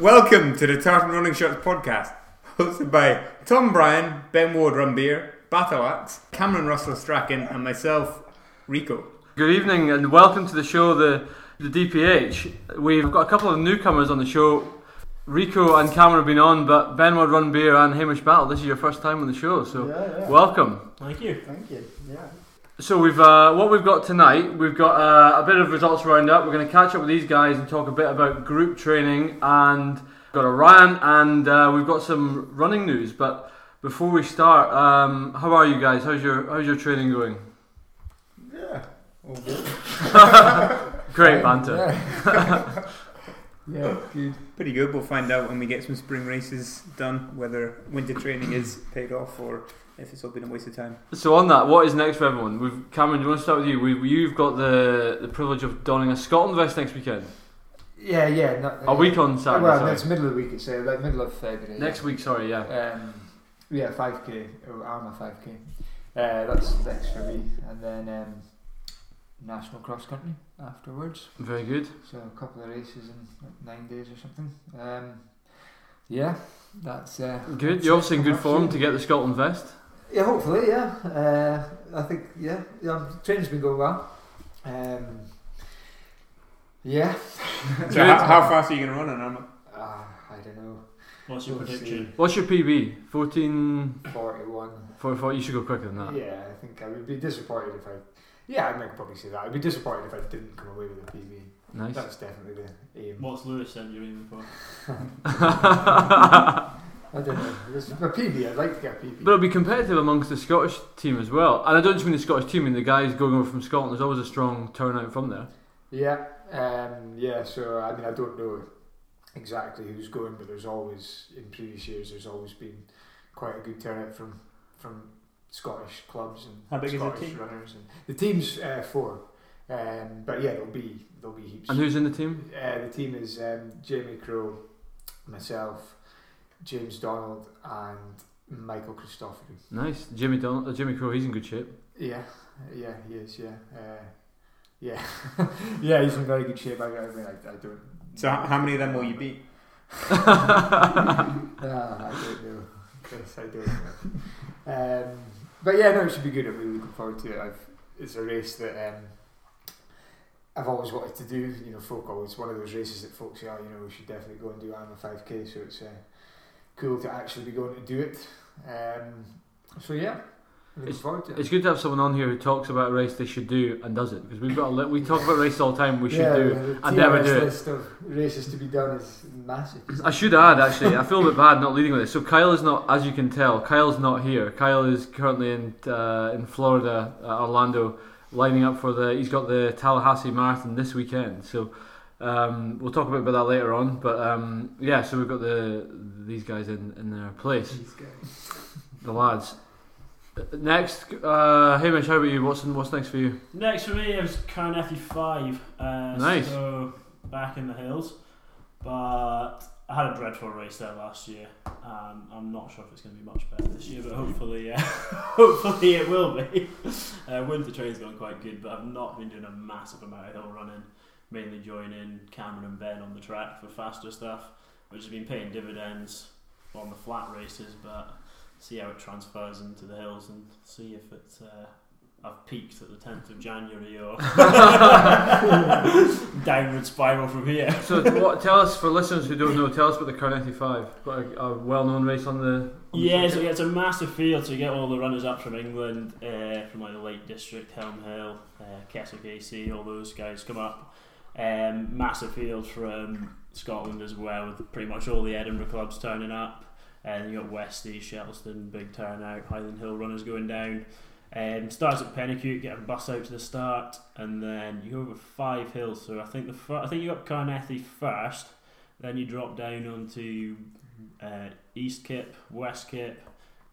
Welcome to the Tartan Rolling Shots podcast, hosted by Tom Bryan, Ben Ward Rumbeer, Batalax, Cameron Russell Strachan, and myself, Rico. Good evening and welcome to the show, the, the DPH. We've got a couple of newcomers on the show. Rico and Cameron have been on, but Benward Run Beer and Hamish Battle, this is your first time on the show, so Yeah, yeah. welcome. Thank you. Thank you. Yeah. So we've uh, what we've got tonight, we've got uh, a bit of results roundup. We're going to catch up with these guys and talk a bit about group training and got a rant and uh, we've got some running news. But before we start, um, how are you guys? How's your how's your training going? Yeah. All good. Great banter. Yeah. yeah, good. Pretty good. We'll find out when we get some spring races done whether winter training is paid off or if it's all been a waste of time. So on that, what is next for everyone? We've Cameron. Do you want to start with you? We, you've got the the privilege of donning a Scotland vest next weekend. Yeah, yeah. No, A week on Saturday. Uh, Well, sorry. it's middle of the week, so like middle of February. Next week. Sorry. Yeah. Um, yeah, 5k. Oh, I'm a 5k. Uh, that's next for me. And then um, national cross country afterwards. Very good. So a couple of races in like nine days or something. Um, yeah, that's. Uh, Good. You're obviously in good form to get the Scotland vest. Yeah, hopefully, yeah. Uh, I think, yeah, yeah, training's been going well. Um, yeah, So, how, how fast are you going to run an armor? uh, I don't know, What's your We'll prediction? What's your PB? 14 41. for for- You should go quicker than that. Yeah, I think I would be disappointed if I. Yeah, I might probably say that. I'd be disappointed if I didn't come away with a PB. Nice. That's definitely the aim. What's Lewis sent you in for? I don't know. This is my PB. I'd like to get a PB. But it'll be competitive amongst the Scottish team as well. And I don't just mean the Scottish team, I mean the guys going over from Scotland. There's always a strong turnout from there. Yeah, um, yeah. So I mean, I don't know exactly who's going, but there's always in previous years there's always been quite a good turnout from from Scottish clubs and How big is the Scottish team? runners. And the team's uh, four, um, but yeah, there'll be there'll be heaps. And who's in the team? uh, the team is um, Jamie Crow, myself, James Donald, and Michael Christophorou. Nice. Jimmy Don- uh, Jimmy Crow. He's in good shape. Yeah, yeah, he is. Yeah, uh, yeah, yeah. He's in very good shape. I, I mean, I, I don't. So, how, how many of them will you beat? Ah, I don't know. Yes, I don't know. um, but yeah, no, it should be good. I'm really looking forward to it. I've, it's a race that um, I've always wanted to do. You know, folk always one of those races that folks say, "Oh, you know, we should definitely go and do." I'm a five k, so it's uh, cool to actually be going to do it. Um, so yeah, looking forward to it. It's good to have someone on here who talks about a race they should do and does it because we've got a li- we talk about races all the time we should yeah, do. the and never TRS do it. list of races to be done is massive. Uh, I should add actually I feel a bit bad not leading with this. So Kyle is not as you can tell Kyle's not here. Kyle is currently in uh, in Florida uh, Orlando lining up for the he's got the Tallahassee Marathon this weekend. So um, we'll talk a bit about that later on. But um, yeah, so we've got the these guys in in their place the lads. Next, uh, Hamish, how about you? What's what's next for you? Next for me is Carnathy 5. Uh, Nice. So back in the hills. But I had a dreadful race there last year. And I'm not sure if it's going to be much better this year, but hopefully uh, hopefully it will be. Uh, winter train's gone quite good, but I've not been doing a massive amount of hill running. Mainly joining Cameron and Ben on the track for faster stuff, which has been paying dividends on the flat races, but see how it transfers into the hills and see if it's uh, I've peaked at the 10th of January or downward spiral from here. So, what, tell us for listeners who don't know, tell us about the Carnetti Five. Got a, a well-known race on the. On Yeah, the so circuit. yeah, it's a massive field, so you get all the runners up from England, uh, from like the Lake District, Helm Hill, uh, Keswick AC, all those guys come up. Um, massive field from Scotland as well, with pretty much all the Edinburgh clubs turning up. And you got Westie, Shettleston, big turnout, Highland Hill runners going down. Um, starts at Pennicute, get a bus out to the start, and then you go over five hills. So I think the fir- I think you got Carnethy first, then you drop down onto uh, East Kip, West Kip,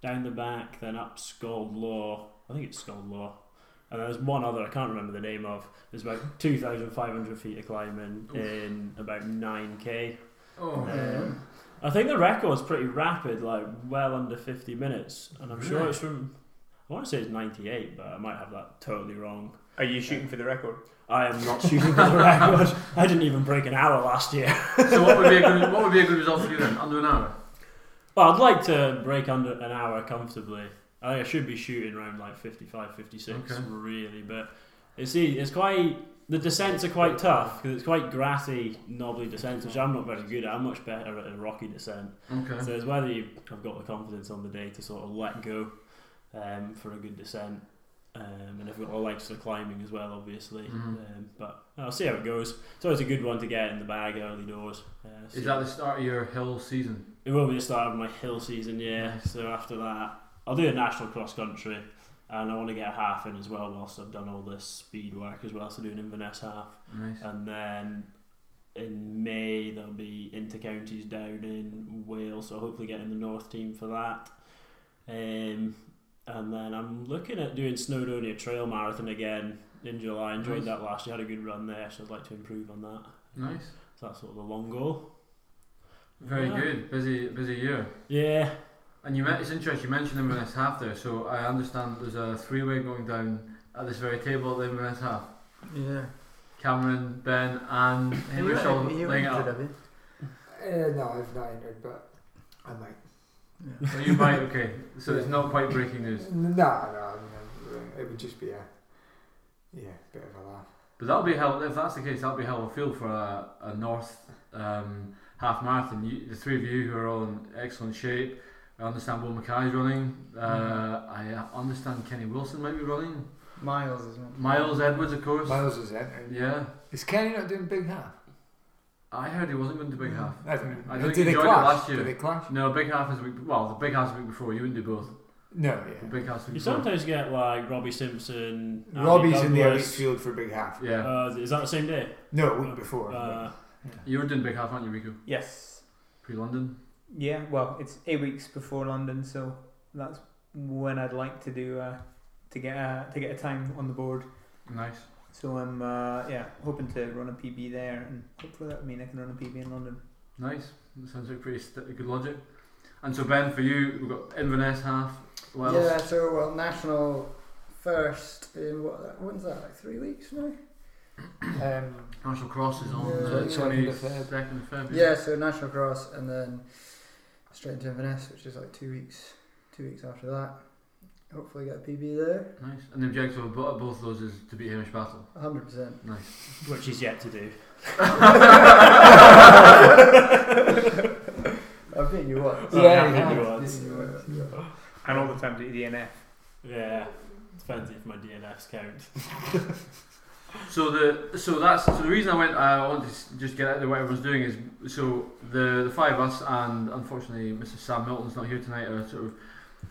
down the back, then up Scald Law. I think it's Scald Law. And there's one other I can't remember the name of. There's about 2,500 feet of climbing in about 9k. Oh, Um, I think the record's pretty rapid, like well under 50 minutes. And I'm sure it's from. I want to say it's 98, but I might have that totally wrong. Are you shooting for the record? I am not shooting for the record. I didn't even break an hour last year. So what would be a good what would be a good result for you then? Under an hour. Well, I'd like to break under an hour comfortably. I think I should be shooting around like 55, 56, Okay. really. But it's e- it's quite the descents are quite tough because it's quite grassy, knobbly descents, which I'm not very good at. I'm much better at a rocky descent. Okay. So it's whether you have got the confidence on the day to sort of let go um, for a good descent. Um, and I've got all legs for climbing as well, obviously. Mhm. Um, but I'll see how it goes. It's always a good one to get in the bag early doors. Uh, Is see- that the start of your hill season? it will be the start of my hill season, yeah. So after that, I'll do a national cross country, and I want to get a half in as well. Whilst I've done all this speed work as well, so do an Inverness half, Nice. and then in May there'll be inter counties down in Wales. So hopefully getting the North team for that. Um, and then I'm looking at doing Snowdonia Trail Marathon again in July. I Nice. enjoyed that last year. I had a good run there, so I'd like to improve on that. Nice. So that's sort of the long goal. Very Yeah. good. Busy busy year. Yeah, And you met, it's interesting, you mentioned Inverness half there, so I understand that there's a three way going down at this very table at the Inverness half. Yeah. Cameron, Ben, and Hamish all laying it up. you? Uh, no, I've not entered, but I might. Yeah. So Oh, you might, okay, so it's Yeah. not quite breaking news. No, no, I mean, it would just be a yeah, bit of a laugh. But that'll be hell. If that's the case, that'll be hell of a field for a, a North um, half marathon. You, the three of you who are all in excellent shape. I understand Will Mackay's running. Uh, I understand Kenny Wilson might be running. Miles is not. Miles Edwards, of course. Miles is entered. Yeah, Is Kenny not doing big half? I heard he wasn't going to big half. I don't I know. don't think Did he they joined it clash? last year. Did they clash? No, big half is the week. Well, the big half is the week before. You wouldn't do both. No, The yeah. big half is the You week before. sometimes get like Robbie Simpson. Andy Robbie's in the elite Douglas. field for big half. Yeah, Uh, is that the same day? No, a week before. Uh, you were doing big half, weren't you, Rico? Yes. Pre-London. Yeah. Well, it's eight weeks before London, so that's when I'd like to do uh, to get a, to get a time on the board. Nice. So I'm uh, yeah hoping to run a PB there, and hopefully that would mean I can run a PB in London. Nice. That sounds like pretty st- good logic. And so Ben, for you, we've got Inverness half. What else? Yeah, so well, national first in what? When's that? Like three weeks now. um, National Cross is on Yeah, the yeah. 22nd Second of Feb. of Feb. Yeah, so national cross and then straight into Inverness, which is like two weeks. Two weeks after that, hopefully get a PB there. Nice. And the objective of bo- both of those is to beat Hamish Battle. hundred percent. Nice. which he's yet to do. I've beaten you once. Yeah, Yeah, yeah. I've yeah. beaten you once, yeah. And all the time to EDNF. Yeah, depends if my DNFs count. So the so that's so the reason I went I wanted to s- just get out there what everyone's doing is so the the five of us and unfortunately Mr Sam Milton's not here tonight are a sort of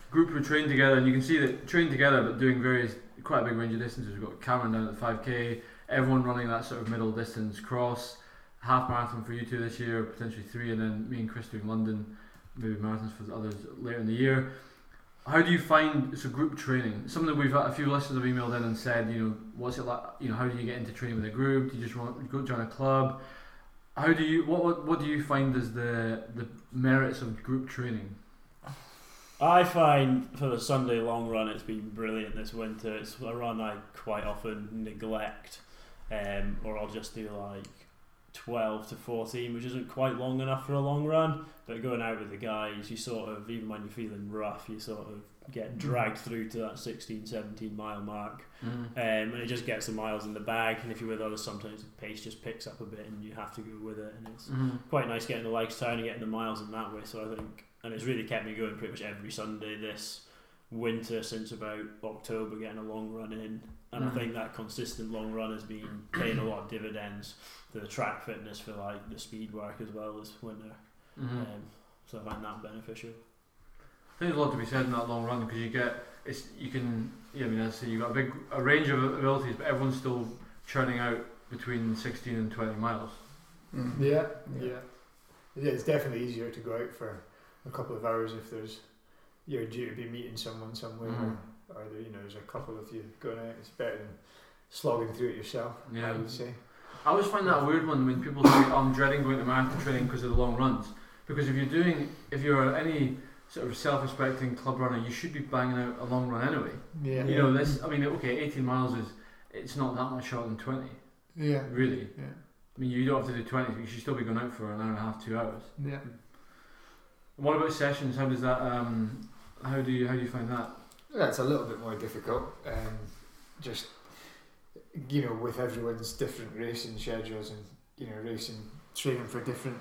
group who trained together and you can see that trained together but doing various quite a big range of distances. We've got Cameron down at five k, everyone running that sort of middle distance cross, half marathon for you two this year, potentially three, and then me and Chris doing London, maybe marathons for the others later in the year. How do you find so group training? Something we've had a few listeners have emailed in and said, you know, what's it like? You know, how do you get into training with a group? Do you just want go join a club? How do you what what, what do you find as the the merits of group training? I find for the Sunday long run, it's been brilliant this winter. It's a run I quite often neglect, um, or I'll just do like 12 to 14, which isn't quite long enough for a long run. But going out with the guys, you sort of, even when you're feeling rough, you sort of get dragged through to that 16, 17 mile mark. Um, and it just gets the miles in the bag. And if you're with others, sometimes the pace just picks up a bit and you have to go with it. And it's Mhm. quite nice getting the legs tired and getting the miles in that way. So I think, and it's really kept me going pretty much every Sunday this winter since about October, getting a long run in. And Mhm. I think that consistent long run has been paying a lot of dividends to the track fitness for like the speed work as well this winter. Mhm. Um, so I find that beneficial. I think there's a lot to be said in that long run because you get it's you can yeah I mean as I say you've got a big a range of abilities but everyone's still churning out between 16 and 20 miles. Mm. yeah, yeah, yeah. It's definitely easier to go out for a couple of hours if there's you're due to be meeting someone somewhere, Mhm. or, or there, you know, there's a couple of you going out. It's better than slogging through it yourself. Yeah. I would say. I always find that a weird one when people say, "Oh, I'm dreading going to marathon training because of the long runs. Because if you're doing, if you're any sort of self-respecting club runner, you should be banging out a long run anyway. Yeah. You know, this. I mean, okay, 18 miles is it's not that much shorter than 20, Yeah. really. Yeah. I mean, you don't have to do 20, but you should still be going out for an hour and a half, two hours. Yeah. And what about sessions? How does that? Um, how do you how do you find that? That's a little bit more difficult. Um, just you know, with everyone's different racing schedules and you know, racing training for different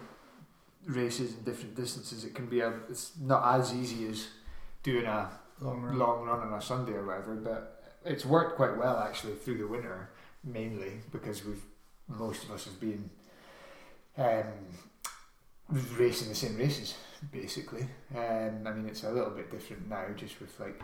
races and different distances, it can be a it's not as easy as doing a Long run. long run on a Sunday or whatever. But it's worked quite well actually through the winter, mainly because we've most of us have been um, racing the same races basically. Um, I mean, it's a little bit different now, just with like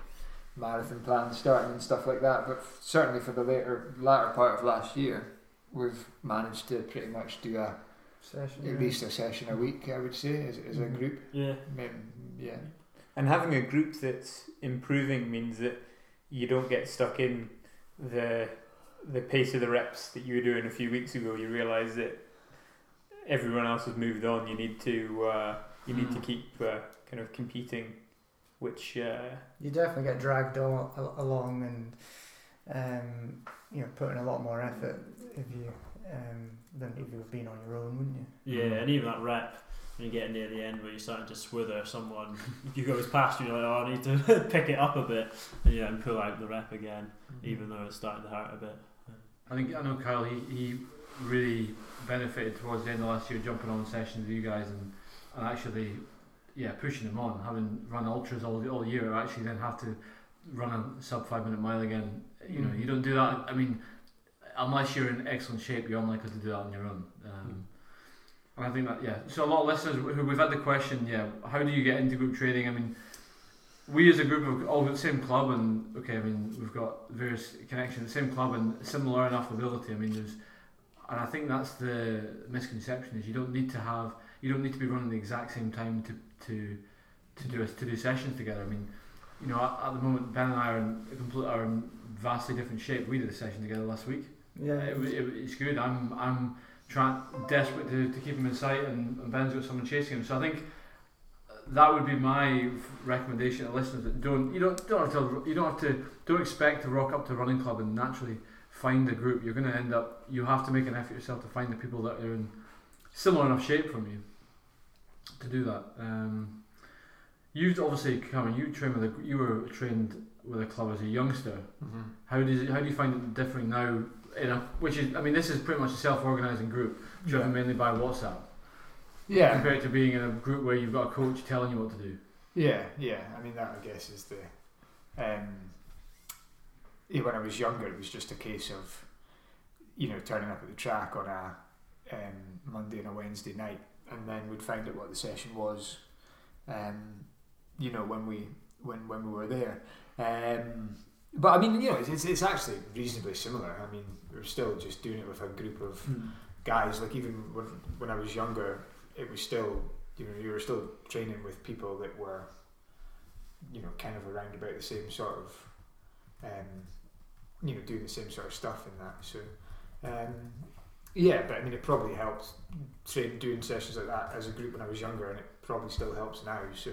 marathon plans starting and stuff like that. But f- certainly for the later latter part of last year, we've managed to pretty much do a Session. at least a session a week. I would say as, as Mm-hmm. a Mhm. group. Yeah. Maybe, yeah. And having a group that's improving means that you don't get stuck in the the pace of the reps that you were doing a few weeks ago. You realise that everyone else has moved on. You need to uh, you need to Mm. keep uh, kind of competing, which uh, You definitely get dragged al- al- along and um, you know put in a lot more effort if you um, than if you've been on your own, wouldn't you? Yeah, and even that rep when you get near the end where you're starting to swither someone, you goes past you, you're like, oh, I need to pick it up a bit, and you then pull out the rep again, Mm. even though it's starting to hurt a bit. I think I know Kyle. He, he really benefited towards the end of last year, jumping on sessions with you guys and, and actually, yeah, pushing them on, having run ultras all all year. I Actually, then have to run a sub five minute mile again. You know, Mm. you don't do that. I mean, unless you're in excellent shape, you're unlikely to do that on your own. Um, And I think that yeah. So a lot of listeners who we've had the question, yeah, how do you get into group training? I mean, we as a group have all got the same club and okay I mean we've got various connections same club and similar enough ability I mean there's and I think that's the misconception is you don't need to have you don't need to be running the exact same time to to to do us to do sessions together I mean you know at, at the moment Ben and I are in a complete are in vastly different shape we did a session together last week it, wa- it, wa- it's good. I'm I'm trying desperate to, to keep him in sight, and, and Ben's got someone chasing him. So I think that would be my recommendation to listeners that don't you don't don't have to you don't have to don't expect to rock up to running club and naturally find a group. You're going to end up you have to make an effort yourself to find the people that are in similar enough shape from you to do that. Um, you've obviously come. You trained with a, you were trained with a club as a youngster. Mm-hmm. How does it, how do you find it differing now? You know, which is I mean, this is pretty much a self-organizing group driven mainly by WhatsApp Yeah. compared to being in a group where you've got a coach telling you what to do. Yeah, yeah. I mean, that I guess is the. Um, yeah, when I was younger, it was just a case of, you know, turning up at the track on a um, Monday and a Wednesday night, and then we'd find out what the session was. Um, you know, when we when when we were there, um, but I mean, you know, it's, it's it's actually reasonably similar. I mean, we're still just doing it with a group of guys like even when when I was younger it was still you know you were still training with people that were you know kind of around about the same sort of um you know doing the same sort of stuff in that so um yeah but I mean it probably helped train doing sessions like that as a group when I was younger and it probably still helps now so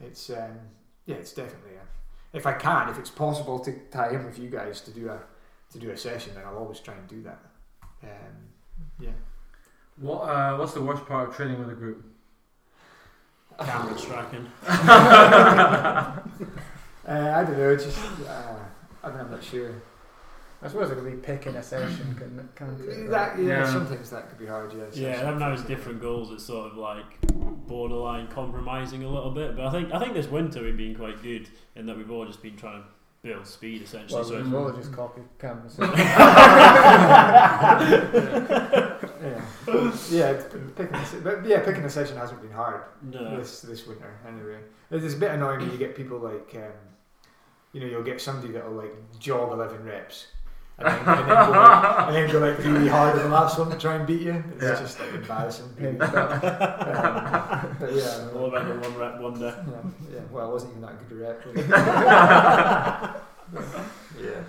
it's um yeah it's definitely a, if I can if it's possible to tie in with you guys to do a to do a session then I'll always try and do that um What uh, what's the worst part of training with a group? Camera tracking. uh, I don't know. Just uh, I mean, I'm not sure. I suppose it could be picking a session, couldn't it? Can't it? That, yeah, Yeah. sometimes that could be hard. Yeah, Yeah, sometimes. and now it's different goals. It's sort of like borderline compromising a little bit, but I think I think this winter we've been quite good in that we've all just been trying to build speed essentially. Well, so we it's- will just copy cameras. yeah, yeah, it's p- picking a, se- but yeah, picking a session hasn't been hard no, this this winter. Anyway, it's it's a bit annoying when you get people like, um, you know, you'll get somebody that'll like jog eleven reps. And then, and, then go like, and then go like really hard on the last one to try and beat you. It's Yeah. just like embarrassing. Yeah. um, uh, but yeah, all about the one rep wonder. Yeah, yeah. Well, I wasn't even that good a rep. Really. yeah.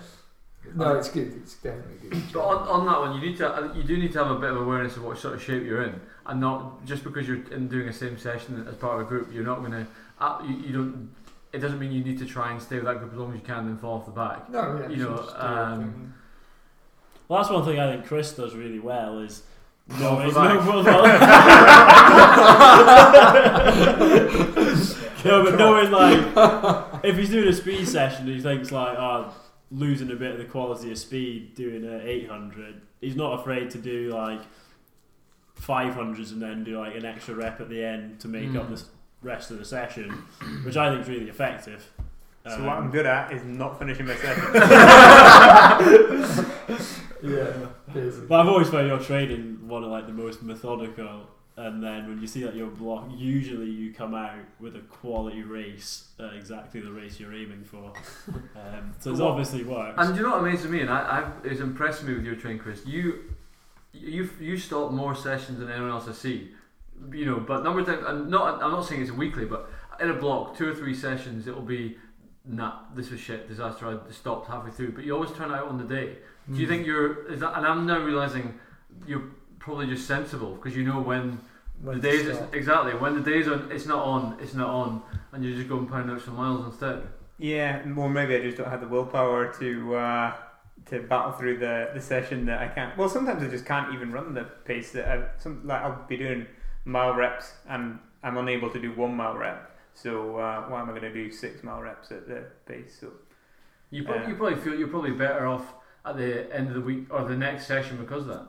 No, it's good. It's definitely good. But on, on that one, you need to uh, you do need to have a bit of awareness of what sort of shape you're in, and not just because you're in doing a same session as part of a group, you're not going to uh, you, you don't. It doesn't mean you need to try and stay with that group as long as you can and fall off the back. No, yeah, You should know, just do your um, thing. Well, that's one thing I think Chris does really well is Well, no, he's for no that. well, well. no, but knowing like if he's doing a speed session, he thinks like oh, losing a bit of the quality of speed doing a 800. He's not afraid to do like 500s and then do like an extra rep at the end to make up Mm. the s- rest of the session, which I think is really effective. So what I'm Um, good at is not finishing my session. yeah, basically. But I've always found your training one of like the most methodical. And then when you see that your block, usually you come out with a quality race, uh, exactly the race you're aiming for. Um, so it's Well, obviously worked. And you know what amazes me, and I, I've, it's impressed me with your train, Chris. You, you, you stop more sessions than anyone else I see. You know, but number of times, I'm not, I'm not saying it's weekly, but in a block, two or three sessions, it'll be, nah, this was shit, disaster. I stopped halfway through, but you always turn out on the day. Do Hmm. you think you're? Is that, and I'm now realizing you're probably just sensible because you know when Mm. When the to days stop. exactly when the days on, it's not on, it's not on, and you just go and pound out some miles instead. Yeah, well, maybe I just don't have the willpower to uh, to battle through the, the session that I can't. Well, sometimes I just can't even run the pace that I. Some like I'll be doing mile reps and I'm unable to do one mile rep. So uh, why am I going to do six mile reps at the pace? So You probably, Yeah. you probably feel you're probably better off at the end of the week or the next session because of that.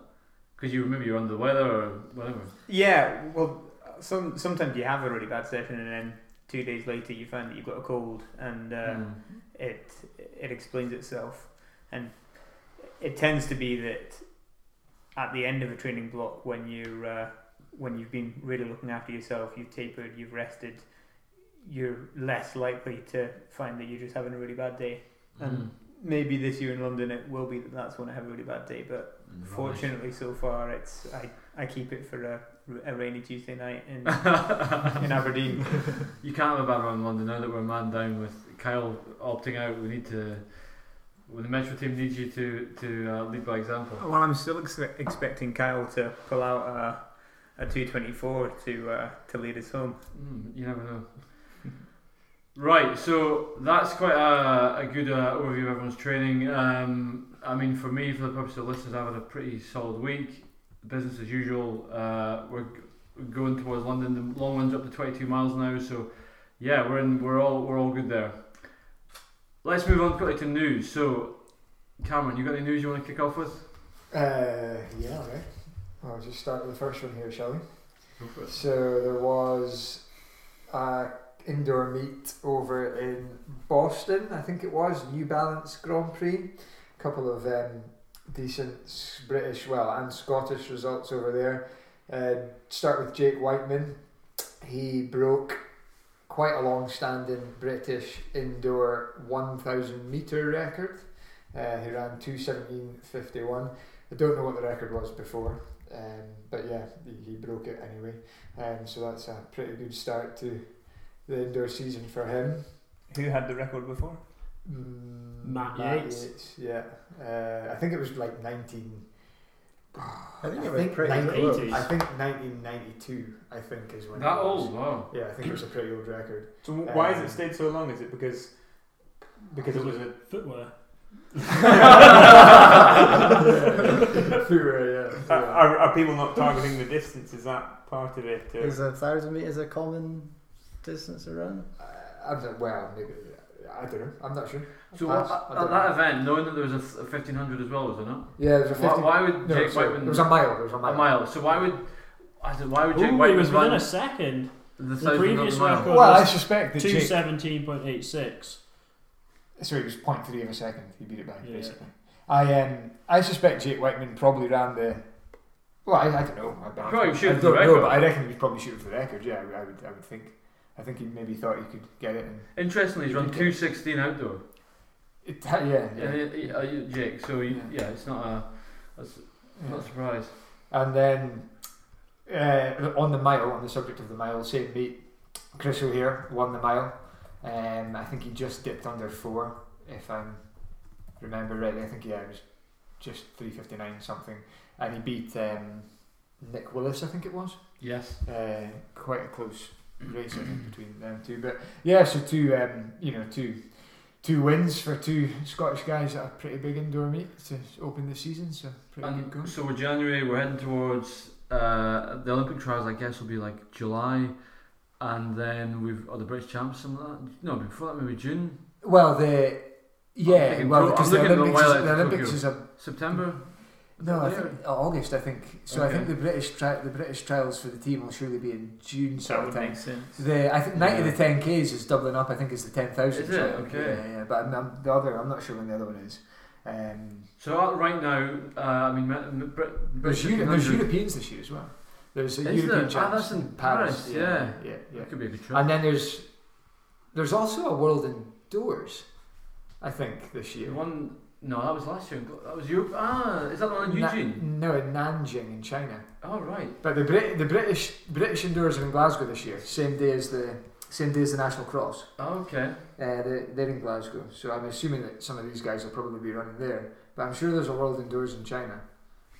Because you maybe you're under the weather or whatever. yeah, well, some sometimes you have a really bad session and then two days later you find that you've got a cold and. Uh, Mm. it it explains itself, and it tends to be that at the end of a training block, when you uh, when you've been really looking after yourself, you've tapered, you've rested, you're less likely to find that you're just having a really bad day. And maybe this year in London, it will be that that's when I have a really bad day. But Mm. fortunately, so far, it's I, I keep it for a, a rainy Tuesday night in in Aberdeen. Hmm. you can't have a bad run in London now that we're a man down with Kyle opting out. We need to. Well, the Metro team needs you to to uh, lead by example. Well, I'm still ex- expecting Kyle to pull out a, a 224 to uh, to lead us home. Mm, you never know. Right, so that's quite a, a good uh, overview of everyone's training. Um, I mean, for me, for the purpose of listeners, I've had a pretty solid week. Business as usual. Uh, we're g- going towards London. The long run's up to 22 miles now, so yeah, we're in, we're all we're all good there. Let's move on quickly to news. So, Cameron, you got any news you want to kick off with? Uh, yeah, okay. I'll just start with the first one here, shall we? Go for So there was a indoor meet over in Boston, I think it was New Balance Grand Prix. A couple of um, decent s- British, well, and Scottish results over there. Uh, start with Jake Whiteman. He broke quite a long-standing British indoor 1,000 meter record. Uh, he ran 2:17.51. I don't know what the record was before, um, but yeah, he, he broke it anyway. Um, so that's a pretty good start to the indoor season for him. Who had the record before? Mm, Matt Yates. yeah. Uh, I think it was like 19. I think it was pretty 19 close. I think 1992. I think is when That it was. old, wow. Yeah, I think it was a pretty old record. So wh- why Um, has it stayed so long? Is it because because it was a Footwear. uh, Footwear, yeah. are, are, are people not targeting the distance? Is that part of it? uh? Is a thousand meters a common distance to run? Uh, I don't, well, maybe I don't know. I'm not sure. So Pass. at, I at don't that know. event, knowing that there was a, f- a 1500 as well, was there not? Yeah, there's a Why, 50. why would no, Jake sorry, Whiteman? It was a mile. It was a a mile. mile. So why would I said, why would Jake Ooh, he White was run within a second. the the thousand of previous the mile? record. Well, I suspect that Two Jake. seventeen point eight six. Sorry, it was 0.3 of a second. He beat it back, Yeah. basically. I um, I suspect Jake Whiteman probably ran the. Well, I, I don't know. I, I, Probably shooting for I the don't know, record. but I reckon he was probably shooting for the record. Yeah, I, would- I would. I would think. I think he maybe thought he could get it. And Interestingly, he's run two sixteen outdoor. it yeah, yeah. And he- he- uh, you- Jake, so he, Yeah. yeah, it's not a that's yeah. not a surprise. And then uh, on the mile, on the subject of the mile, same meet, Chris O'Hare won the mile. Um, I think he just dipped under four, if I remember rightly. I think yeah, it was just three fifty nine something, and he beat um, Nick Willis, I think it was. Yes. Uh, quite a close race I think between them two. But yeah, so two um, you know two two wins for two Scottish guys at a pretty big indoor meet to open the season. So pretty good going. And so we're January. We're heading towards uh, the Olympic trials. I guess will be like July, and then we've or the British Champs. Something like that. No, before that maybe June, Well, the yeah, thinking well Tok- because I'm the looking at the Olympics, is, Wild the Olympics Tokyo. is a September. no, I Yeah. think uh, August. I think so. I Okay. think the British tri- the British trials for the team will surely be in June that would sometime. make sense. The I think nine of Yeah. the ten Ks is doubling up. I think it's the ten thousand. Is it? Okay. Yeah, yeah. But I'm, I'm, the other, I'm not sure when the other one is. Um, So uh, right now, uh, I mean, Ma- Ma- Brit- there's, British Euro- there's 100. Europeans this year as well. There's a Is European there? Ah, Champs that's in Paris, Yeah, yeah. yeah. That could be a good trip. And then there's there's also a world indoors. I think this year. The one, no, that was last year. in Gl- That was Europe. Ah, is that the one in Na- Eugene? no, in Nanjing in China. Oh right. But the Brit- the British British indoors are in Glasgow this year. Same day as the same day as the National Cross. Oh, okay. Uh, they're, they're in Glasgow, so I'm assuming that some of these guys will probably be running there. But I'm sure there's a world indoors in China,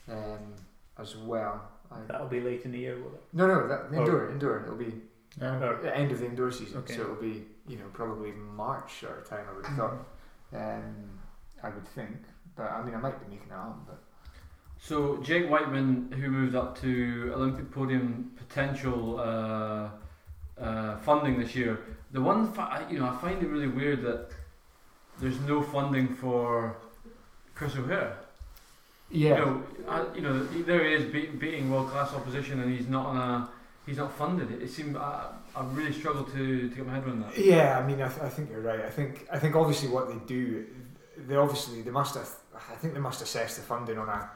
um, as well. I, That'll be late in the year, will it? no, no, that, Oh. indoor, indoor. It'll be Or- the end of the indoor season, Okay. so it'll be you know probably March sort of time. I would have Mm-hmm. thought. Um, I would think, but I mean I might be making that up. But So Jake Whiteman, who moved up to Olympic podium potential uh, uh, funding this year, the one fa- I- you know I find it really weird that there's no funding for Chris O'Hare. yeah, You know, I, you know he- there he is beat, beating world class opposition, and he's not on a he's not funded. It, it seemed I, I really struggled to, to get my head around that. Yeah, I mean, I, th- I think you're right. I think I think obviously what they do, they obviously they must have. I think they must assess the funding on a,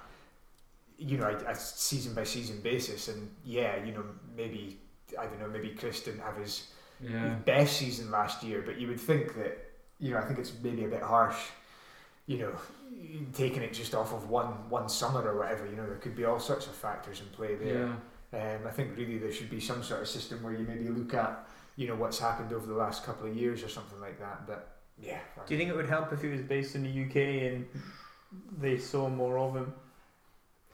you know, a, a season by season basis. And yeah, you know, maybe I don't know, maybe Chris didn't have his Yeah. his best season last year, but you would think that you know I think it's maybe a bit harsh, you know, taking it just off of one one summer or whatever. You know, there could be all sorts of factors in play there. Yeah. Um, I think really there should be some sort of system where you maybe look at, you know, what's happened over the last couple of years or something like that. But yeah, Do you think it would help if he was based in the UK and they saw more of him?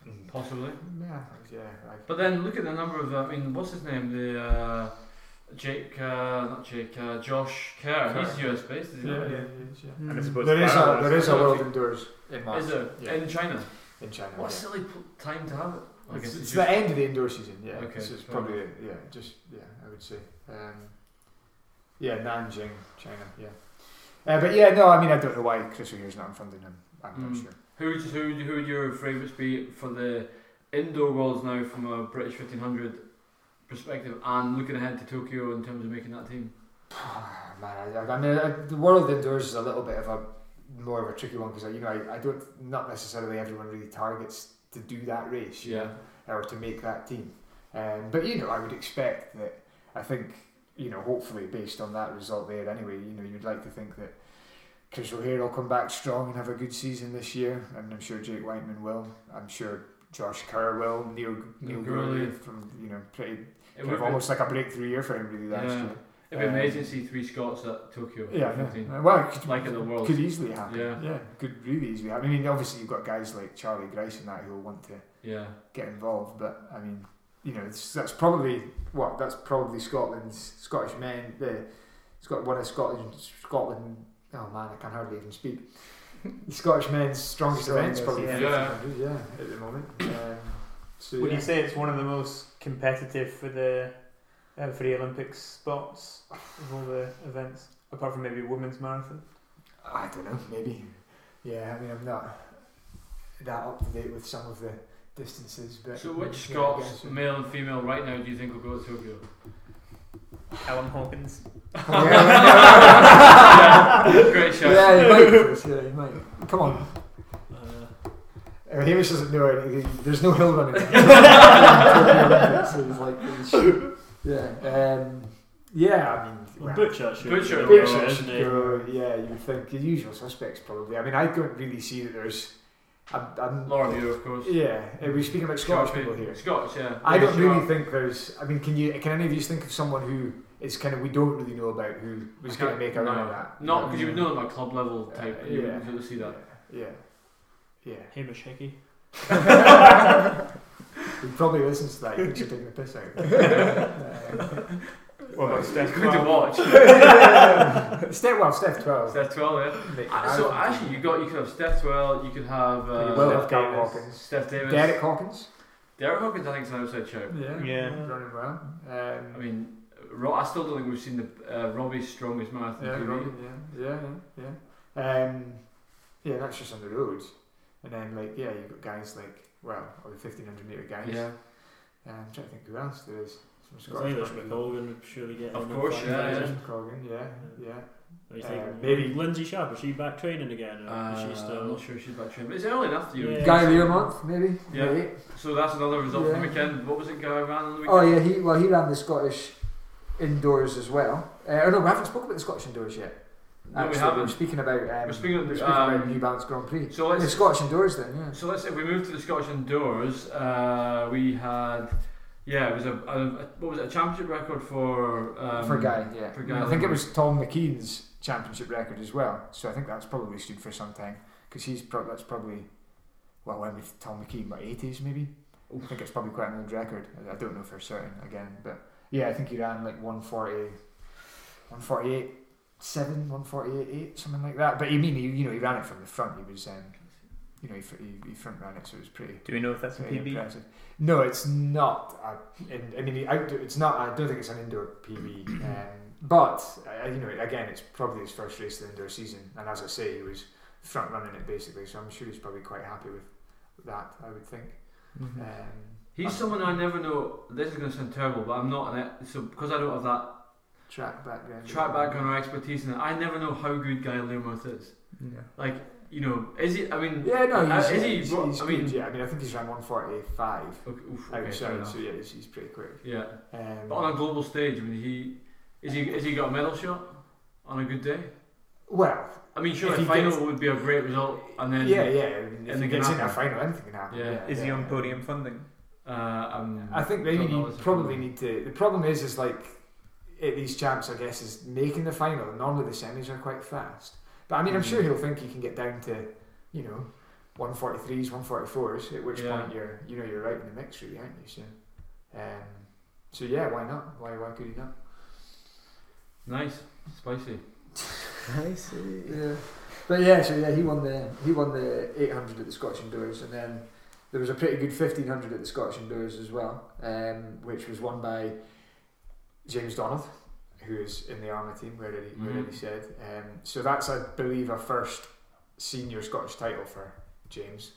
think? Possibly. Mm. Yeah, I think- yeah. I, But then look at the number of. uh, I mean, what's his name? The uh, Jake, uh, not Jake, uh, Josh Kerr. He's Kerr. US based, is he? yeah, not? yeah, it is, yeah. And I Mm. suppose There is a Barrow there is a Barrow. world indoors in March Is there Yeah. in China? in China. What a yeah. silly p- time to have it. I guess It's, it's it's just- the end of the indoor season. Yeah, Okay, so it's fair probably yeah, just yeah, I would say. Um, yeah, Nanjing, China. Yeah, uh, but yeah, no, I mean I don't know why Chris O'Hare's not in funding him. I'm not Mm. sure. Who would who would- who would your favourites be for the indoor worlds now from a British fifteen hundred perspective and looking ahead to Tokyo in terms of making that team? Ah, Man, I, I mean, I, the world indoors is a little bit of a more of a tricky one because you know I, I don't not necessarily everyone really targets to do that race, you know, or to make that team. Um, but you know, I would expect that. I think you know, hopefully based on that result there, anyway, you know, you'd like to think that Chris O'Hare will come back strong and have a good season this year, and I'm sure Jake Whiteman will. I'm sure Josh Kerr will. Neil Neil Neil Gurley Gurley. from you know pretty It kind would of be, almost like a breakthrough year for him really last Yeah. year. it'd be um, amazing to see three Scots at Tokyo. Yeah, fifteen. yeah. well, it could, Like in the world. could easily happen. Yeah. could really easily happen. I mean, obviously you've got guys like Charlie Grice and that who'll want to yeah. get involved, but I mean, you know, it's, that's probably what that's probably Scotland's Scottish men. The Scot one of Scotland's Scotland. Oh man, I can hardly even speak. Scottish men's strongest events, probably. Strongest, yeah. 1500, yeah, at the moment. Um, so Would yeah. you say it's one of the most competitive for the uh, for the Olympic spots of all the events, apart from maybe women's marathon? I don't know, maybe. Yeah, I mean, I'm not that up to date with some of the distances, but So which yeah, I Scots, guess. male and female, right now do you think will go to Tokyo? Alan Hawkins. yeah, Yeah, great shout. Yeah, you might. Chris, Yeah, you might. Come on. Uh, Uh, Hamish doesn't know anything. There's no hill running. so he's like, oh, shit. yeah, um, yeah. I mean, well, well, Butcher should Butcher be would there, Butcher go, isn't he? go, yeah, you would think the usual suspects probably. I mean, I don't really see that there's. I'm, I'm, Laura Muir, of course. Yeah, uh, we're speaking about Scottish Scottish people here. Scottish, yeah. I don't Sure. really think there's. I mean, can you? Can any of you think of someone who is kind of we don't really know about who was Okay, going to make a run no. of that? Not because you would know about club level Uh, type. yeah. you would sort of see that. Yeah, yeah. Hamish Hickey. he probably listens to that. He thinks you're taking the piss out. of him. Uh, What about Steph? Good to watch. Step well, step twelve. Steph Twell, yeah. Nick Uh, So Howard. actually, you got you could have Steph Twell, you could have uh, Well, Steph I've got Davis, Hawkins. Steph Davis, Derek Hawkins. Derek Hawkins. I think is an outside shout. Yeah, Yeah. running well. I Um, mean, Ro- I still don't think we've seen the uh, Robbie's strongest marathon. yeah, TV. Robin, yeah, yeah, yeah, yeah. Um, yeah, that's just on the road, and then like yeah, you've got guys like well, all the fifteen hundred meter guys. yeah. Um, I'm trying to think who else there is. Some Because I think there's people. McColgan would surely get Of in at course, five yeah, thousand. Jason Colgan, yeah, yeah. I was Uh, thinking, maybe- Lindsay Sharp, is she back training again? Or Uh, is she I'm still not sure she's back training. But it's early enough, you. Yeah. know. Guy of the Year month, maybe. Yeah. Maybe. So that's another result from the Yeah. weekend. What was it, Guy ran on the weekend? Oh yeah, he well he ran the Scottish indoors as well. Uh, oh no, we haven't spoken about the Scottish indoors yet. No, Actually, we We're haven't. speaking about um, We're speaking of the- about um, New Balance Grand Prix. So the let's Scottish indoors then, yeah. so let's if we move to the Scottish indoors. Uh, we had yeah, it was a, a, a what was it a championship record for um, for Guy, yeah. for Guy I think Lindbergh. it was Tom McKean's championship record as well. So I think that's probably stood for something because he's prob that's probably well when with Tom McKean what eighties maybe. I think it's probably quite an old record. I- I don't know for certain again, but yeah, I think he ran like 140, 148, 7, 148, 8, something like that. But you mean he, you know he ran it from the front. He was um, you know he, fr- he, he front ran it, so it was pretty Do we know if that's a very PB? impressive. No, it's not. A, in, I mean, the outdoor, it's not. I don't think it's an indoor PB. Um, but uh, you know, again, it's probably his first race of the indoor season, and as I say, he was front running it basically. So I'm sure he's probably quite happy with that. I would think. Hmm. Um, He's someone I never know. This is going to sound terrible, but I'm not an e- so because I don't have that track background. track background or expertise in it. I never know how good Guy Lermoth is. Mm-hmm. Yeah. Like you know, is he? I mean, Yeah, no, uh, he's, is yeah, he? he's, what- he's I good, mean, yeah. I mean, I think he's ran 145 Okay, oof, okay, fair outside, enough. so yeah, he's, he's pretty quick. yeah, Um, but on a global stage, I mean, he is he is he got a medal shot on a good day? well, I mean, sure, If the he final gets- would be a great result, and then yeah, yeah. I mean, and if he it can gets in that happen. final, anything can happen. Yeah. Is he on yeah. podium funding? Uh, um, I think maybe don't know you what's the probably problem. need to. The problem is, is like at these champs, I guess, is making the final. Normally the semis are quite fast, but I mean, I'm Mm. sure he'll think he can get down to, you know, 143s, 144s. At which Yeah. point you're, you know, you're right in the mix, really, aren't you? So, um, so yeah, why not? Why, why could he not? nice, spicy. I see. Yeah, but yeah, so yeah, he won the he won the 800 at the Scottish Indoors, and then there was a pretty good 1500 at the Scottish Indoors as well, um, which was won by James Donald, who is in the Armour team. Where did he? Where did he Mhm. said? Um, so that's, I believe, a first senior Scottish title for James.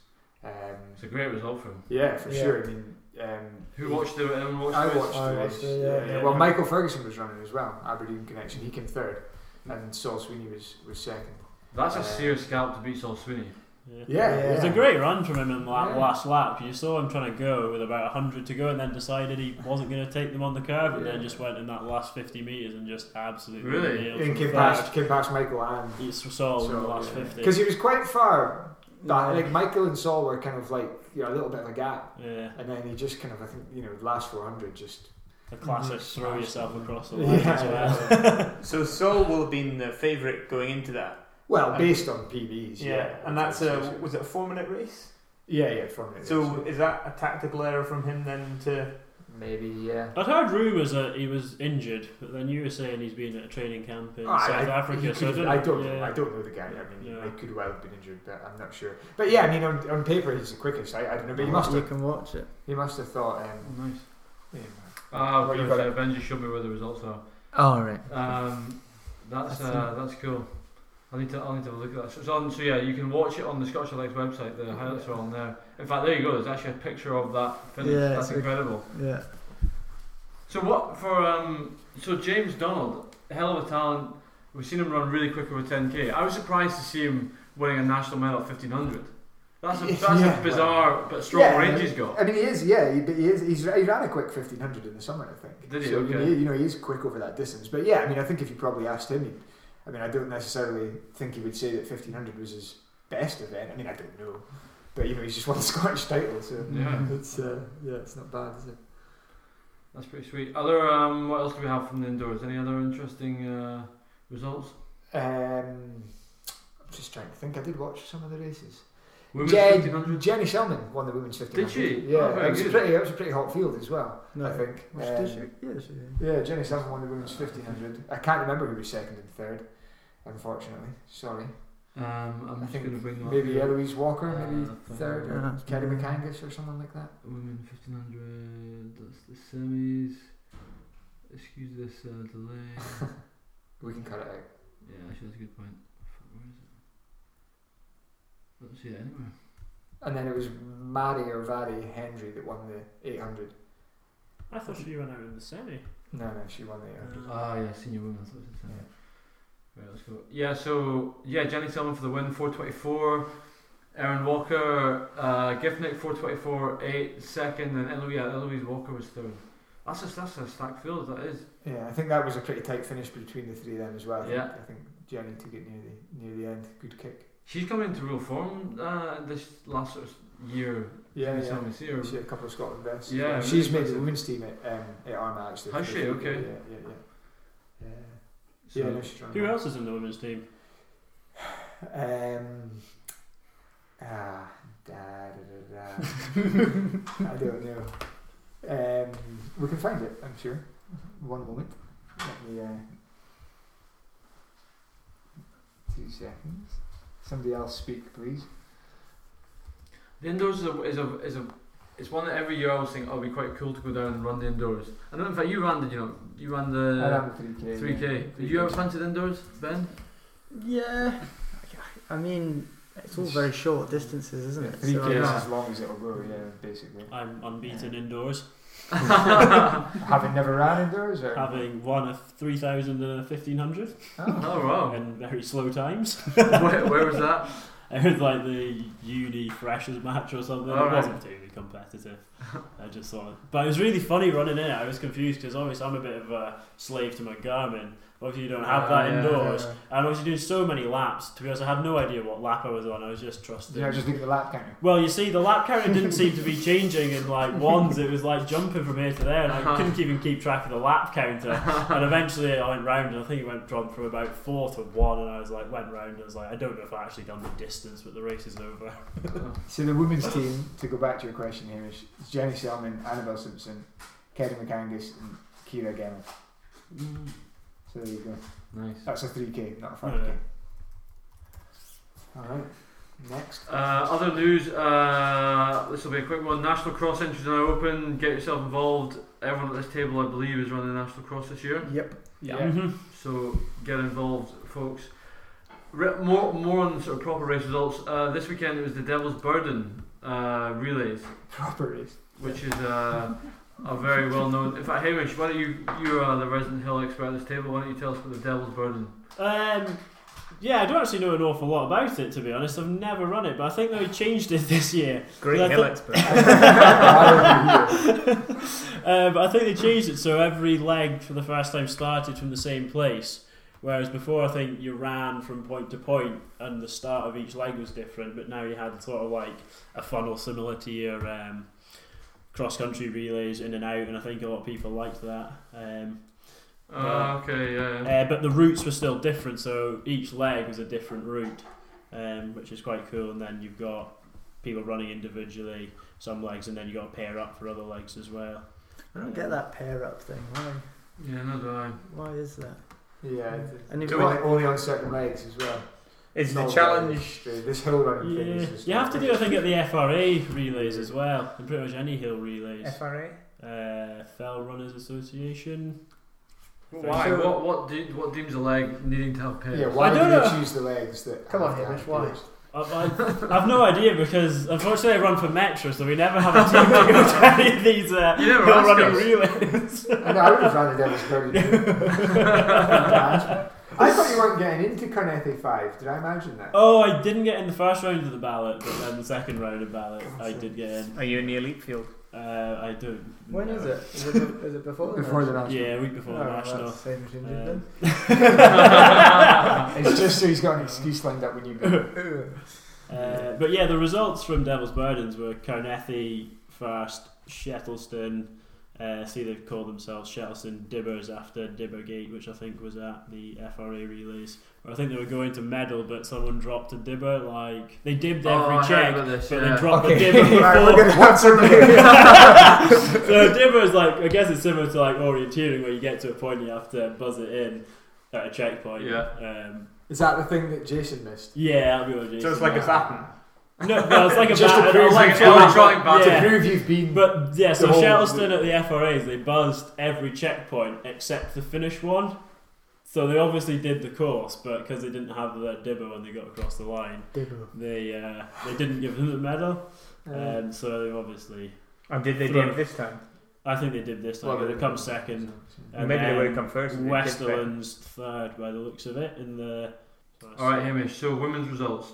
Um, It's a great result for him. yeah, for Yeah. sure. I mean, um, Who he- watched the? Anyone watched I this? watched I the watched race. it, yeah, yeah. yeah. Well, Michael Ferguson was running as well. Aberdeen connection. He came third, and Saul Sweeney was was second. That's a Uh, serious scalp to beat Saul Sweeney. Yeah, Yeah. It was a yeah. great run from him in that Yeah. last lap. You saw him trying to go with about 100 to go and then decided he wasn't going to take them on the curve and Yeah. then just went in that last 50 metres and just absolutely Really? nailed And from came first. Oh, past, came past Michael and He saw in the last 50. because he was quite far. Back. Yeah. Like Michael and Saul were kind of like you know, a little bit of a gap, Yeah, and then he just kind of I think you know last four hundred just the classic Mhm. throw yourself across the line as well. So Saul will have been the favourite going into that. well And- based on PBs. Yeah, Yeah, and that's uh, a was it a four minute race? yeah yeah four minutes. So is that a tactical error from him then to? maybe yeah. I'd heard rumours that he was injured, but then you were saying he's been at a training camp in Ah, I- South I- he Africa. So I could- don't, I don't, yeah. I don't know the guy. I mean, Yeah. he could well have been injured, but I'm not sure. But yeah, I mean, on, on paper he's the quickest. I, I don't know, Oh, but he must You have, can watch it. he must have thought. Um, nice. yeah. Ah, Well, well, you've got it. Avengers showed me where the results are. All right. Um, that's uh, that's cool. I need to I need to have a look at that. So it's on. So yeah, you can watch it on the Scottish Legs website. The highlights are on there. In fact, there you go. There's actually a picture of that finish. Yeah, that's it's a- incredible. Yeah. So what for? Um, so James Donald, hell of a talent. We've seen him run really quick over 10k. I was surprised to see him winning a national medal at 1500. That's a, that's Yeah. a bizarre but strong Yeah, range he's got. I mean, he is, yeah, he, but he is. He's, he ran a quick 1500 in the summer, I think. Did he? So, I mean, Okay. he- you know, he is quick over that distance. But yeah, I mean, I think if you probably asked him, he'd, I mean, I don't necessarily think he would say that 1500 was his best event. I mean, I don't know. But, you know, he's just won the Scottish title, so Yeah, it's, uh, yeah, it's not bad, is it? that's pretty sweet. Other um, what else do we have from the indoors? Any other interesting uh, results? Um, I'm just trying to think. I did watch some of the races. Women's Jen, 1500? Jenny Shellman won the women's 1500. Did she? Yeah, Oh, very it was good. pretty. It was a pretty hot field as well. No. I think. Was Um, did she? Yeah, she did. Yeah, Jenny Shellman won the women's 1500. I can't remember who was second and third. Unfortunately, sorry. Um, I'm I just think going to bring them up. Maybe here. Eloise Walker, maybe Uh, but- third, Yeah, or that's Kerry probably- McCangish or someone like that. Women 1500. That's the semis. Excuse this uh, delay. We can cut it out. yeah, actually, that's a good point. Fuck, Where is it? I don't see it anywhere. And then it was Mary or Vary Hendry that won the 800. I thought she went out in the semi. No, no, she won the 800. Ah, yeah, senior women. I thought it was the semi. Right, let's go. Yeah, so yeah, Jenny Selman for the win, 424. Aaron Walker, uh, Gifnick, 424, 8 second, and Eloise, yeah, Eloise Walker was third. That's a, that's a stacked field, that is. Yeah, I think that was a pretty tight finish between the three of them as well. I think, Yeah. I think Jenny took it near the near the end. Good kick. She's coming into real form uh, this last sort of year. Yeah, Jenny yeah. Selman, see her. She had a couple of Scotland vests. Yeah, really she's made the impressive. women's team at um, at Armagh actually. Has she? Okay. Yeah, yeah, yeah. So, Yeah, yeah no, she's trying. Who else is in the women's team? Um, ah, da, da, da, da. I don't know. Um, we can find it, I'm sure. One moment. Let me. Uh, two seconds. Somebody else speak, please. The indoors is a, is a is a it's one that every year I always think oh, it'd be quite cool to go down and run the indoors. I know in fact you ran the you know you ran I ran the the 3K. yeah. Uh, three K. Did you ever fancied indoors, Ben? Yeah. I mean, it's all very short distances, isn't Yeah, it? 3K So, is Yeah. as long as it'll go, yeah, basically. I'm unbeaten indoors, oh Having never ran indoors? Or? Uh, having won a 3,000 and a 1,500 Oh. wow. in very slow times. where, where was that? It was like the uni freshers match or something. All it right. wasn't particularly competitive. I just thought, but it was really funny running in. I was confused because obviously I'm a bit of a slave to my Garmin. Obviously you don't have that Ah, Yeah. indoors, and I was doing so many laps. To be honest, I had no idea what lap I was on. I was just trusting. You know, just look at the lap counter. Well, you see, the lap counter didn't seem to be changing in like ones. It was like jumping from here to there, and I couldn't even keep track of the lap counter. And eventually, I went round, and I think it went from from about four to one. And I was like, went round, and I was like, I don't know if I actually done the distance, but the race is over. Oh, So the women's team, to go back to your question here, is Jenny Selman, Annabelle Simpson, Kerry McAngus, and Kira Gemma. So there you go. Nice. That's a 3K, not a Yeah. 5K. Alright, next. Uh, other news, uh, this will be a quick one. National Cross entries are now open. Get yourself involved. Everyone at this table, I believe, is running the National Cross this year. Yep. Yeah. Mhm. So get involved, folks. Re- more, more on sort of proper race results. Uh, this weekend it was the Devil's Burden uh, relays, Proper race. which is uh, a very well known. In fact, Hamish, why don't you you are the resident hill expert at this table? Why don't you tell us about the Devil's Burden? Um, yeah, I don't actually know an awful lot about it to be honest. I've never run it, but I think they changed it this year. Great Yeah, I hill thought- expert. Uh, but I think they changed it so every leg for the first time started from the same place. Whereas before, I think you ran from point to point and the start of each leg was different, but now you had sort of like a funnel similar to your um, cross country relays in and out, and I think a lot of people liked that. Um, Uh, okay, yeah. uh, but the routes were still different, so each leg was a different route, um, which is quite cool. And then you've got people running individually some legs, and then you got to pair up for other legs as well. I don't get that pair up thing. Why? Yeah, no, do I. Why is that? Yeah. And if It's only, only on certain legs as well. Is the Not challenge really. This hill running thing Yeah. is just You have to do, I think, at the FRA relays as well, and pretty much any hill relays. FRA. Uh, Fell Runners Association. why? So What- what what de- what deems a leg needing to have pairs? Yeah, why I do don't you know. choose the legs that Come on, have Hamish, that why? race? I, I, I've no idea because unfortunately I run for Metro, so we never have a team that goes to any of these uh, You never hill ask running us. relays. I know, I would have run the Devil's Burden. I thought you weren't getting into Carnethy 5. Did I imagine that? Oh, I didn't get in the first round of the ballot, but then the second round of ballot, I Awesome. did get in. Are you in the elite field? Uh, I do. When no. is it? Is it, be- is it before the Before the national? national. Yeah, a week before the Oh, national. that's the same as you did Um, It's just so he's got an excuse lined up when you go. then. Uh, but yeah, the results from Devil's Burdens were Carnethy first, Shettleston, Uh, see, they've called themselves Shettleston Dibbers after Dibbergate, which I think was at the FRA relays. Or I think they were going to medal, but someone dropped a dibber. Like they dibbed Oh, every I heard check, about this, but yeah. they dropped Okay. a dibber before. Right, we're gonna have some of it. so dibber is like I guess it's similar to like orienteering, where you get to a point you have to buzz it in at a checkpoint. Yeah. Um, Is that the thing that Jason missed? yeah, I'll be with Jason. So it's like a baton. No, no, it's like a Just bat- to prove like you've an been- electronic bat- baton. yeah. To prove you've been. But yeah, so The whole- Shettleston at the FRAs they buzzed every checkpoint except the finish one. So they obviously did the course, but because they didn't have their dibber when they got across the line, they uh, they didn't give them the medal, Uh, and so they obviously. And did they Throw. dip this time? I think they did this time. Well, they come second. And Maybe they then would have come first. if they dipped it. Westerlands third, by the looks of it, in the. All right, Hamish. So women's results.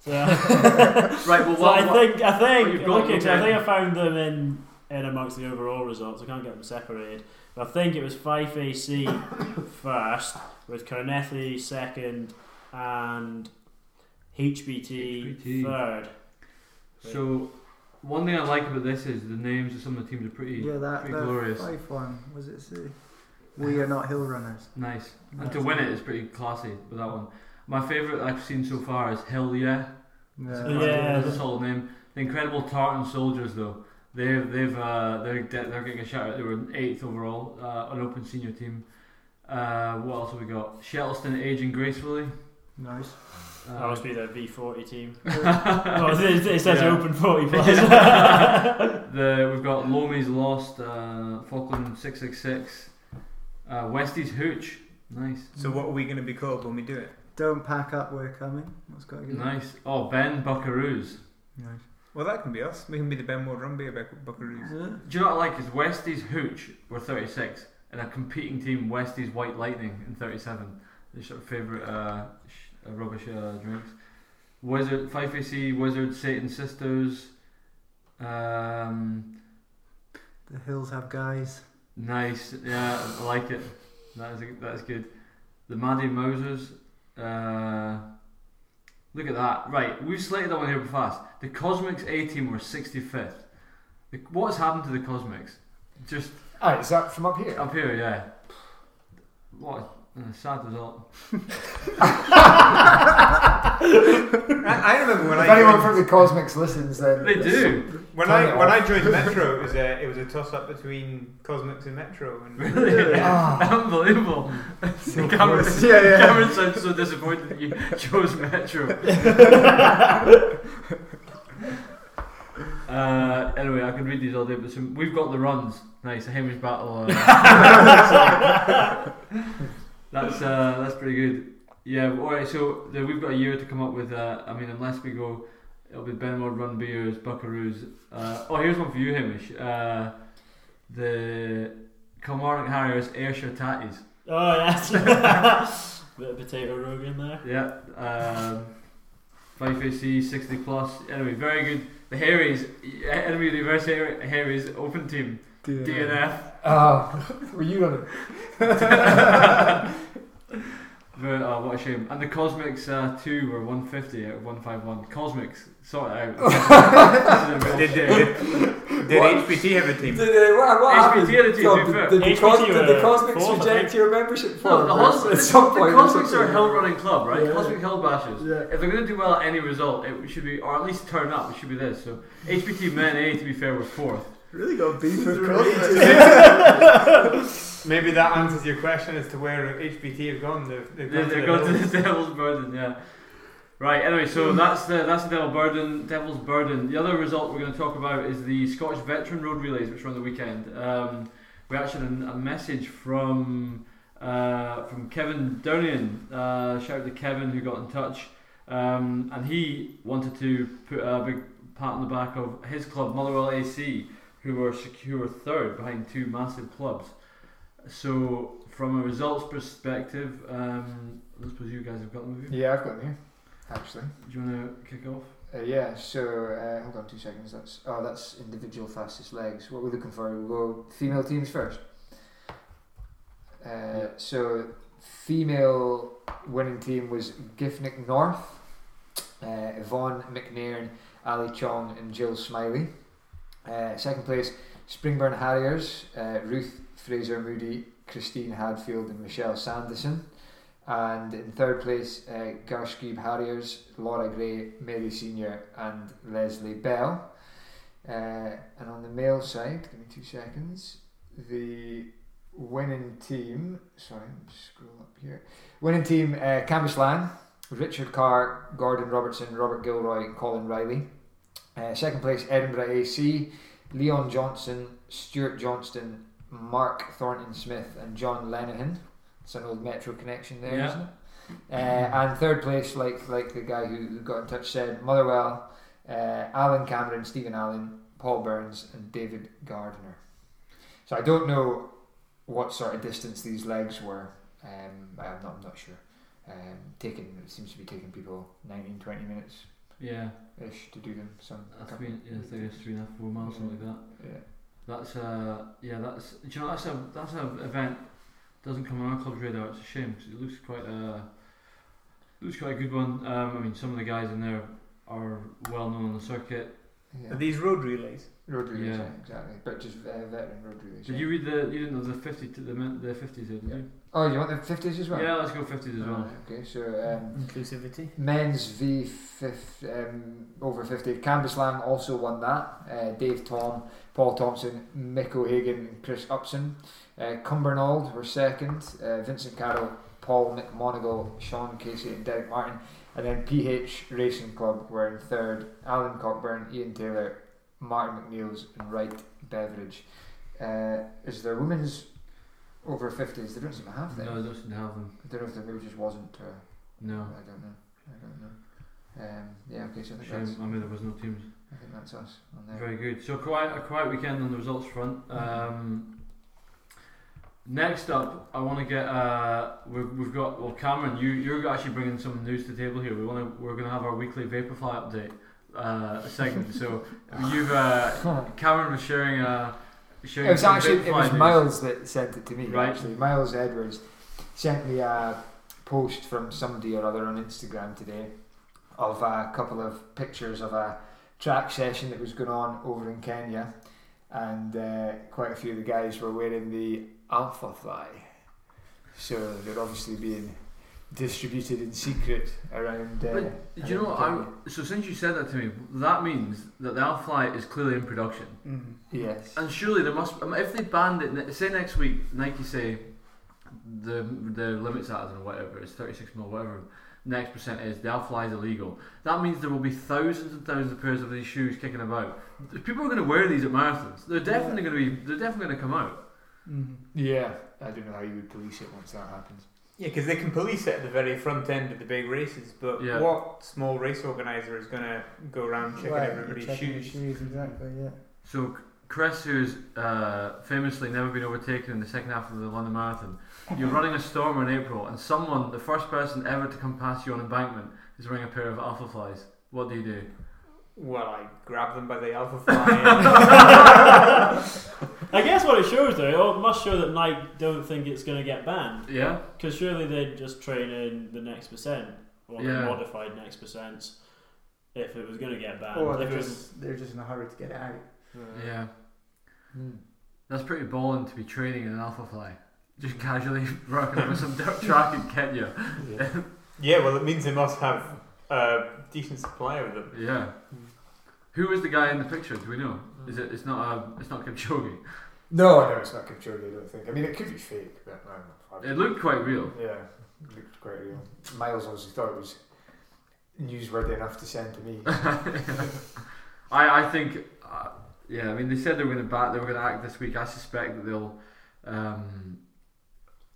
So, right, Right. Well, so what, I think I what think you've got okay, in so I there. think I found them in in amongst the overall results. I can't get them separated, but I think it was Fife AC first, with Carnethy second, and HBT, HBT. third. So one thing I like about this is the names of some of the teams are pretty Yeah, that, pretty that glorious. five one was it? Say, we are not hill runners. Nice. And That's to win it nice. is pretty classy with that one. My favourite I've seen so far is Hell Yeah. That's a- Yeah. that's a solid name. The Incredible Tartan Soldiers, though, they've they've uh, they're de- they're getting a shout out. They were eighth overall, uh, an open senior team. Uh, what else have we got? Shettleston aging gracefully. Nice. Uh, That must be their V forty team. oh, it, it says Yeah. open forty plus. the we've got Lomy's lost, uh, Falkland six six six, uh, Westie's hooch. Nice, So what are we going to be called when we do it? Don't pack up. We're coming. That's got a good. nice. Oh, Ben Buckaroos. Nice. Well, that can be us. We can be the Ben Ward Run Beer Buck- Buckaroos. Yeah. Do you know what I like is Westies Hooch were 36 and a competing team Westies White Lightning in 37. Their sort of favourite uh, sh- uh, rubbish uh, drinks. Wizard, 5AC, Wizard, Satan Sisters. Um, The hills have guys. nice, yeah, I like it. That is, that is good. The Maddie Mousers. Uh, look at that. Right, we've slated that one here fast. The Cosmics A team were 65th. The, what's happened to the Cosmics? Just ah, is that from up here? Up here, yeah. What a uh, sad result. I, I remember when if I anyone joined, from the Cosmics listens, then They do. when Turn I it when I off. joined Metro, it was a it was a toss up between Cosmics and Metro. And Really? Ah. Unbelievable. Oh, Cameron, close. Yeah, yeah. Cameron sounds so disappointed that you chose Metro. uh, anyway, I could read these all day, but some, we've got the runs. Nice, a Hamish battle. Uh, that's uh, that's pretty good. Yeah, all right. So the, we've got a year to come up with. Uh, I mean, unless we go, it'll be Benmore, Run Beers, Buckaroos. Uh, oh, here's one for you, Hamish. Uh, the Kilmarnock Harriers Ayrshire Tatties. oh yes, bit of potato rogue in there. Yeah. Um, Five AC, 60 plus. Anyway, very good. The Harries, enemy of the reverse Har- Harries, open team, DNF. Ah, were you on it? Very, oh, what a shame. And the Cosmics uh, 2 were 150 out of 151. Cosmics, sort it out. This is a real did did, shame. did, did What? HPT have a team? Did, uh, what what HBT happened? did it, Tom, to be fair. did, did, the HBT cos- did were the Cosmics fourth, I reject think. your membership No, form? the, Bruce? Cos- at some the point, Cosmics are a something. hell running club, right? Yeah. Cosmic Hell Bashers. Yeah. If they're going to do well at any result, it should be, or at least turn up, it should be this. So, HBT Men A, to be fair, were fourth. Really got beef with Maybe that answers your question as to where HPT have gone. They've, they've They've, gone they've to gone the to the Devil's Burden, yeah. Right. Anyway, Hmm. so that's the that's the Devil Burden, Devil's Burden. The other result we're going to talk about is the Scottish Veteran Road Relays, which were on the weekend. Um, we actually had a, a message from uh, from Kevin Donian. Uh, shout out to Kevin who got in touch, um, and he wanted to put a big pat on the back of his club, Motherwell AC, who were secure third behind two massive clubs. So, from a results perspective, um, I suppose you guys have got them. Have you? Yeah, I've got it here, actually. Do you want to kick off? Uh, yeah, so uh, hold on two seconds. That's oh, that's individual fastest legs. What we're looking for, we'll go female teams first. Uh, So female winning team was Gifnick North, uh, Yvonne McNairn, Ali Chong, and Jill Smiley. Uh, second place, Springburn Harriers, uh, Ruth Fraser Moody, Christine Hadfield, and Michelle Sanderson. And in third place, uh, Garshkeeb Harriers, Laura Gray, Mary Senior, and Leslie Bell. Uh, and on the male side, give me two seconds. The winning team, sorry, let me scroll up here. Winning team, uh, Canvas Lan, Richard Carr, Gordon Robertson, Robert Gilroy, and Colin Riley. Uh, second place, Edinburgh AC, Leon Johnson, Stuart Johnston, Mark Thornton Smith, and John Lenihan. It's an old Metro connection there, Yeah. not it? Uh, and third place, like like the guy who, who got in touch said, Motherwell, uh, Alan Cameron, Stephen Allen, Paul Burns, and David Gardner. So I don't know what sort of distance these legs were. Um, I'm not I'm not sure. Um, taking it seems to be taking people 19, 20 minutes Yeah, ish to do them. Some I couple- think yeah, I think it's three and a half, four miles, something like that. yeah. That's uh yeah, that's do you know that's a that's an event doesn't come on our club's radar. It's a shame 'cause it looks quite a looks quite a good one. Um, I mean, some of the guys in there are well known on the circuit. Are Yeah. these road relays? Road relays, Yeah. yeah, exactly. But just uh, veteran road relays. Did yeah. you read the you didn't know the fifty to the min- the fifties did Yeah. you? oh, you want the fifties as well? Yeah, let's go fifties as well. Okay, so um, Inclusivity. men's v fifth, um, over fifty. Canvas Lang also won that. Uh, Dave Tom, Paul Thompson, Mick O'Hagan, and Chris Upson. Uh, Cumbernauld were second. Uh, Vincent Carroll, Paul McMonigal, Sean Casey, and Derek Martin. And then PH Racing Club were in third. Alan Cockburn, Ian Taylor, Martin McNeils, and Wright Beveridge. Uh, is there women's over 50s? They don't seem to have them. No, I don't seem to have them. I don't know if there maybe just wasn't. Uh, No, I don't know. I don't know. Um, yeah, okay, so I think, that's, shame. I mean, there was no teams. I think that's us on there. Very good. So quite a quiet weekend on the results front. Mm-hmm. Um, next up, I want to get uh, we've, we've got well Cameron, you you're actually bringing some news to the table here. We want to we're going to have our weekly Vaporfly update uh, segment. so you've uh, Cameron was sharing a sharing it was some actually it Vaporfly was news. Miles that sent it to me. Right. Actually, Miles Edwards sent me a post from somebody or other on Instagram today of a couple of pictures of a track session that was going on over in Kenya, and uh, quite a few of the guys were wearing the Alpha Fly, so they're obviously being distributed in secret around. Uh, But do you know what? I, so since you said that to me, that means that the Alfly is clearly in production. Mm. yes. And surely there must. I mean, if they banned it, ne- say next week, Nike say the the limits at it or whatever it's 36 mil, whatever. Next percent is the Alfly is illegal. That means there will be thousands and thousands of pairs of these shoes kicking about. People are going to wear these at marathons. They're definitely going to be. They're definitely going to come out. Mm. Yeah, I don't know how you would police it once that happens. Yeah, because they can police it at the very front end of the big races, but Yeah. what small race organizer is going to go around checking Right, everybody's checking your shoes? shoes. Exactly. Yeah. So Chris, who's uh, famously never been overtaken in the second half of the London Marathon, you're running a storm in April, and someone, the first person ever to come past you on embankment, is wearing a pair of Alpha Flies. What do you do? Well, I grab them by the alpha fly. I guess what it shows though, it must show that Nike don't think it's going to get banned Yeah. because surely they'd just train in the next percent or Yeah. the modified next percents if it was going to get banned. Or if they're it was- just they're just in a hurry to get it out. Yeah, Hmm. that's pretty balling to be training in an alpha fly. Just casually rocking over some dirt track in Kenya. yeah. yeah, well, it means they must have a decent supply of them. Yeah. Who was the guy in the picture? Do we know? Is it? It's not a. It's not Kipchoge. No, no, it's not Kipchoge. I don't think. I mean, it could be fake, but I don't know. It looked quite real. Yeah, it looked quite real. Miles obviously thought it was newsworthy enough to send to me. I I think. Uh, yeah, I mean they said they were going to bat. They were going to act this week. I suspect that they'll. Um,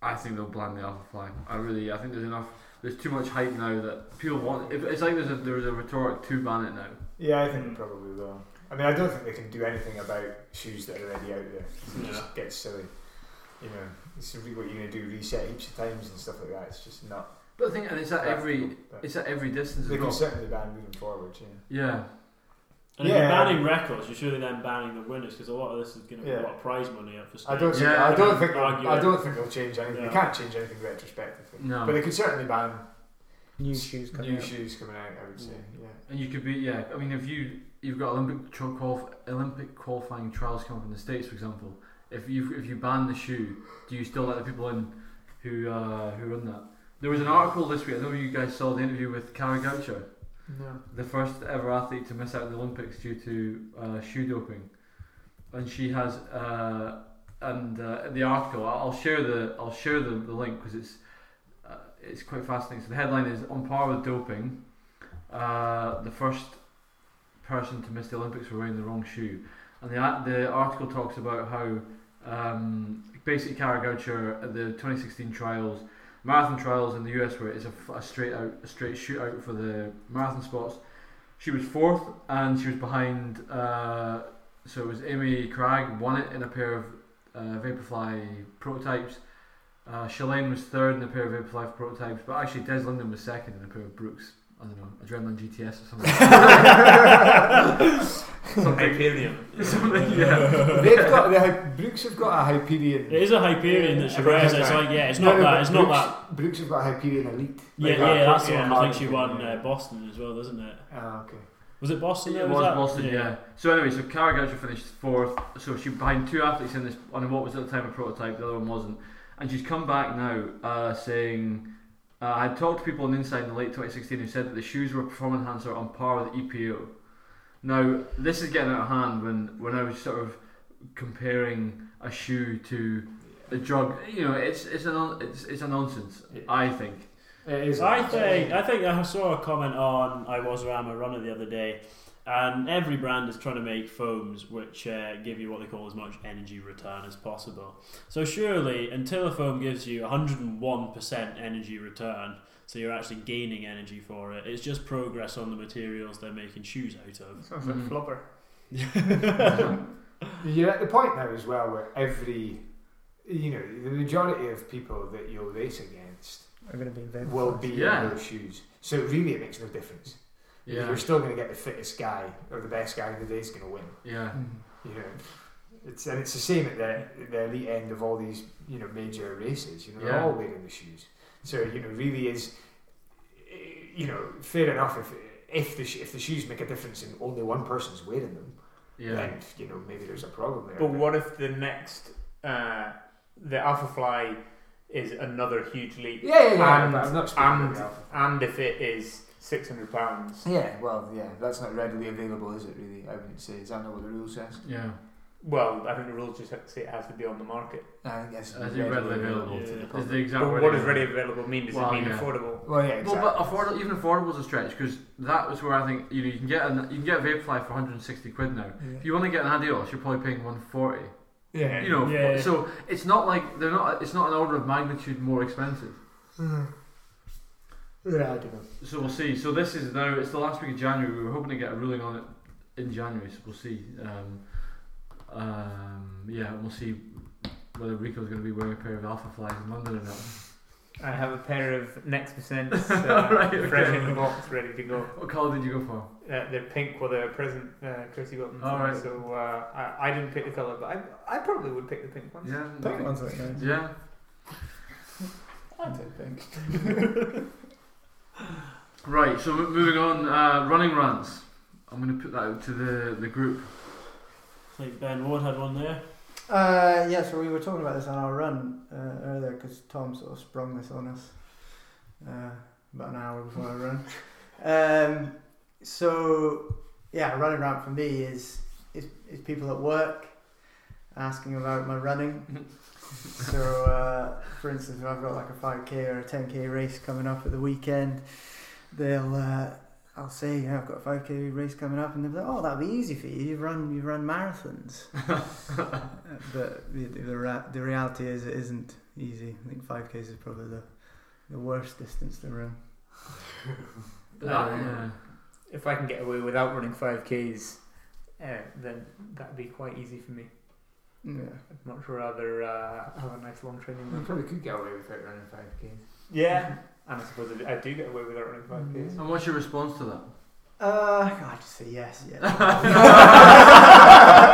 I think they'll blind the alpha fly. I really. I think there's enough. There's too much hype now that people want. If, it's like there's a there's a rhetoric to ban it now. yeah, I think probably will. I mean, I don't think they can do anything about shoes that are already out there. It Yeah. just gets silly. You know, it's really what you're gonna do, reset heaps of times and stuff like that. It's just not. But I think and it's at every practical, but It's at every distance They as can well. certainly ban moving forward. Yeah. Yeah, And if you're Yeah. banning records, you're surely then banning the winners because a lot of this is going to be Yeah. a lot of prize money up for stakes. I don't think. Yeah, I don't I think. argue I it. don't think they'll change anything. Yeah. They can't change anything retrospectively. No. But they could certainly ban New shoes coming new out. Mm. shoes coming out. I would say. Yeah. and you could be yeah. I mean, if you you've got Olympic tro- qualif- Olympic qualifying trials coming up in the states, for example. If you if you ban the shoe, do you still let the people in who uh, who run that? There was an article this week. I know you guys saw the interview with Cara Goucher, No. the first ever athlete to miss out on the Olympics due to uh, shoe doping, and she has uh, and uh, the article. I'll share the I'll share the, the link because it's uh, it's quite fascinating. So the headline is on par with doping, uh, the first person to miss the Olympics for wearing the wrong shoe, and the a- the article talks about how um, basically Cara Goucher at the 2016 trials. Marathon trials in the US where it's a, f- a straight out, a straight shootout for the marathon spots. She was fourth, and she was behind. Uh, so it was Amy Craig won it in a pair of uh, Vaporfly prototypes. Uh, Shalane was third in a pair of Vaporfly prototypes, but actually Des Linden was second in a pair of Brooks. I don't know, Adrenaline GTS or something. something, Hyperion. something, yeah. They've got the Hy- Brooks have got a Hyperion. It is a Hyperion that she Everyone wears. has It's that. like, yeah, it's No, not no, that. but It's not Brooks, that. Brooks have got a Hyperion Elite. Yeah, Like yeah, that. that's the one. I think hard she thing, won yeah. uh, Boston as well, isn't it? Ah, okay. Was it Boston? It that was that? Boston, yeah. So anyway, so Cara Goucher finished fourth. So she behind two athletes in this on what was at the time a prototype. The other one wasn't, and she's come back now uh, saying, uh, "I talked to people on the inside in late 2016 who said that the shoes were a performance enhancer on par with the EPO." Now this is getting out of hand when when I was sort of comparing a shoe to a drug. You know, it's it's a non, it's it's a nonsense. I think. It is. I uh, think I think I saw a comment on I was around a runner the other day, and every brand is trying to make foams which uh, give you what they call as much energy return as possible. So surely, until a foam gives you 101% energy return, so you're actually gaining energy for it, it's just progress on the materials they're making shoes out of. Sounds Mm. like flopper. You're at the point now as well where every, you know, the majority of people that you'll race against Are going to be very will be Yeah. in those shoes. So really, it makes no difference. Yeah, You're still going to get the fittest guy or the best guy in the day is going to win. yeah. Mm. You know, it's and it's the same at the the elite end of all these you know major races. You know, Yeah. they're all wearing the shoes. So you know, really is, eh, you know, fair enough if if the sh- if the shoes make a difference and only one person's wearing them, Yeah, then you know maybe there's a problem there. But what if the next, uh, the Alpha Fly is another huge leap? Yeah, yeah, yeah. And- but I'm not speaking about and- the alpha. And if it is six hundred pounds, Yeah, well, yeah, that's not readily available, is it? Really, I wouldn't say. Is that not what the rule says? yeah. well, I think the rules just say it has to be on the market. I guess I think readily available yeah. to the Is public. the exact But word what I does use. ready available mean? Does Well, it mean yeah. affordable? Well, yeah, Well, exactly. but affordable, even affordable is a stretch because that was where I think you know you can get an, you can get a Vapefly for 160 quid now. Yeah. If you want to get an Adios, you're probably paying 140. yeah, You know, Yeah. so it's not like they're not. It's not an order of magnitude more expensive. yeah, I don't know. So we'll see. So this is now. It's the last week of January. We were hoping to get a ruling on it in January. So we'll see. Um, um, yeah, we'll see whether Rico's going to be wearing a pair of Alpha Flies in London or not. I have a pair of Next Percent uh, Right, okay. fresh in the box, ready to go. What colour did you go for? Uh, they're pink with a present uh, Chrissy got them. for All me, right. So uh, I, I didn't pick the colour, but I, I probably would pick the pink ones. Yeah, Pink ones look nice. yeah. I'd take pink. Right, so m- moving on, uh, running rants. I'm going to put that out to the, the group. I think Ben Ward had one there. Uh, yeah, so we were talking about this on our run uh, earlier because Tom sort of sprung this on us uh, about an hour before our run. Um, so yeah, a running rant for me is, is is people at work asking about my running. so uh, for instance, if I've got like a five k or a ten k race coming up at the weekend, they'll. Uh, I'll say, yeah, I've got a 5k race coming up, and they'll be like, oh, that'll be easy for you. You've run, you've run marathons. Uh, but the the, the, ra- the reality is it isn't easy. I think five k's is probably the the worst distance to run. But that- Uh, If I can get away without running 5Ks, uh, then that'd be quite easy for me. Yeah. I'd much rather uh, have a nice long training You run. probably could get away without running five k's. Yeah. And I suppose I do- I do get away without running 5Ks. and what's your response to that? Mm-hmm. Uh, God, just say yes. Yeah.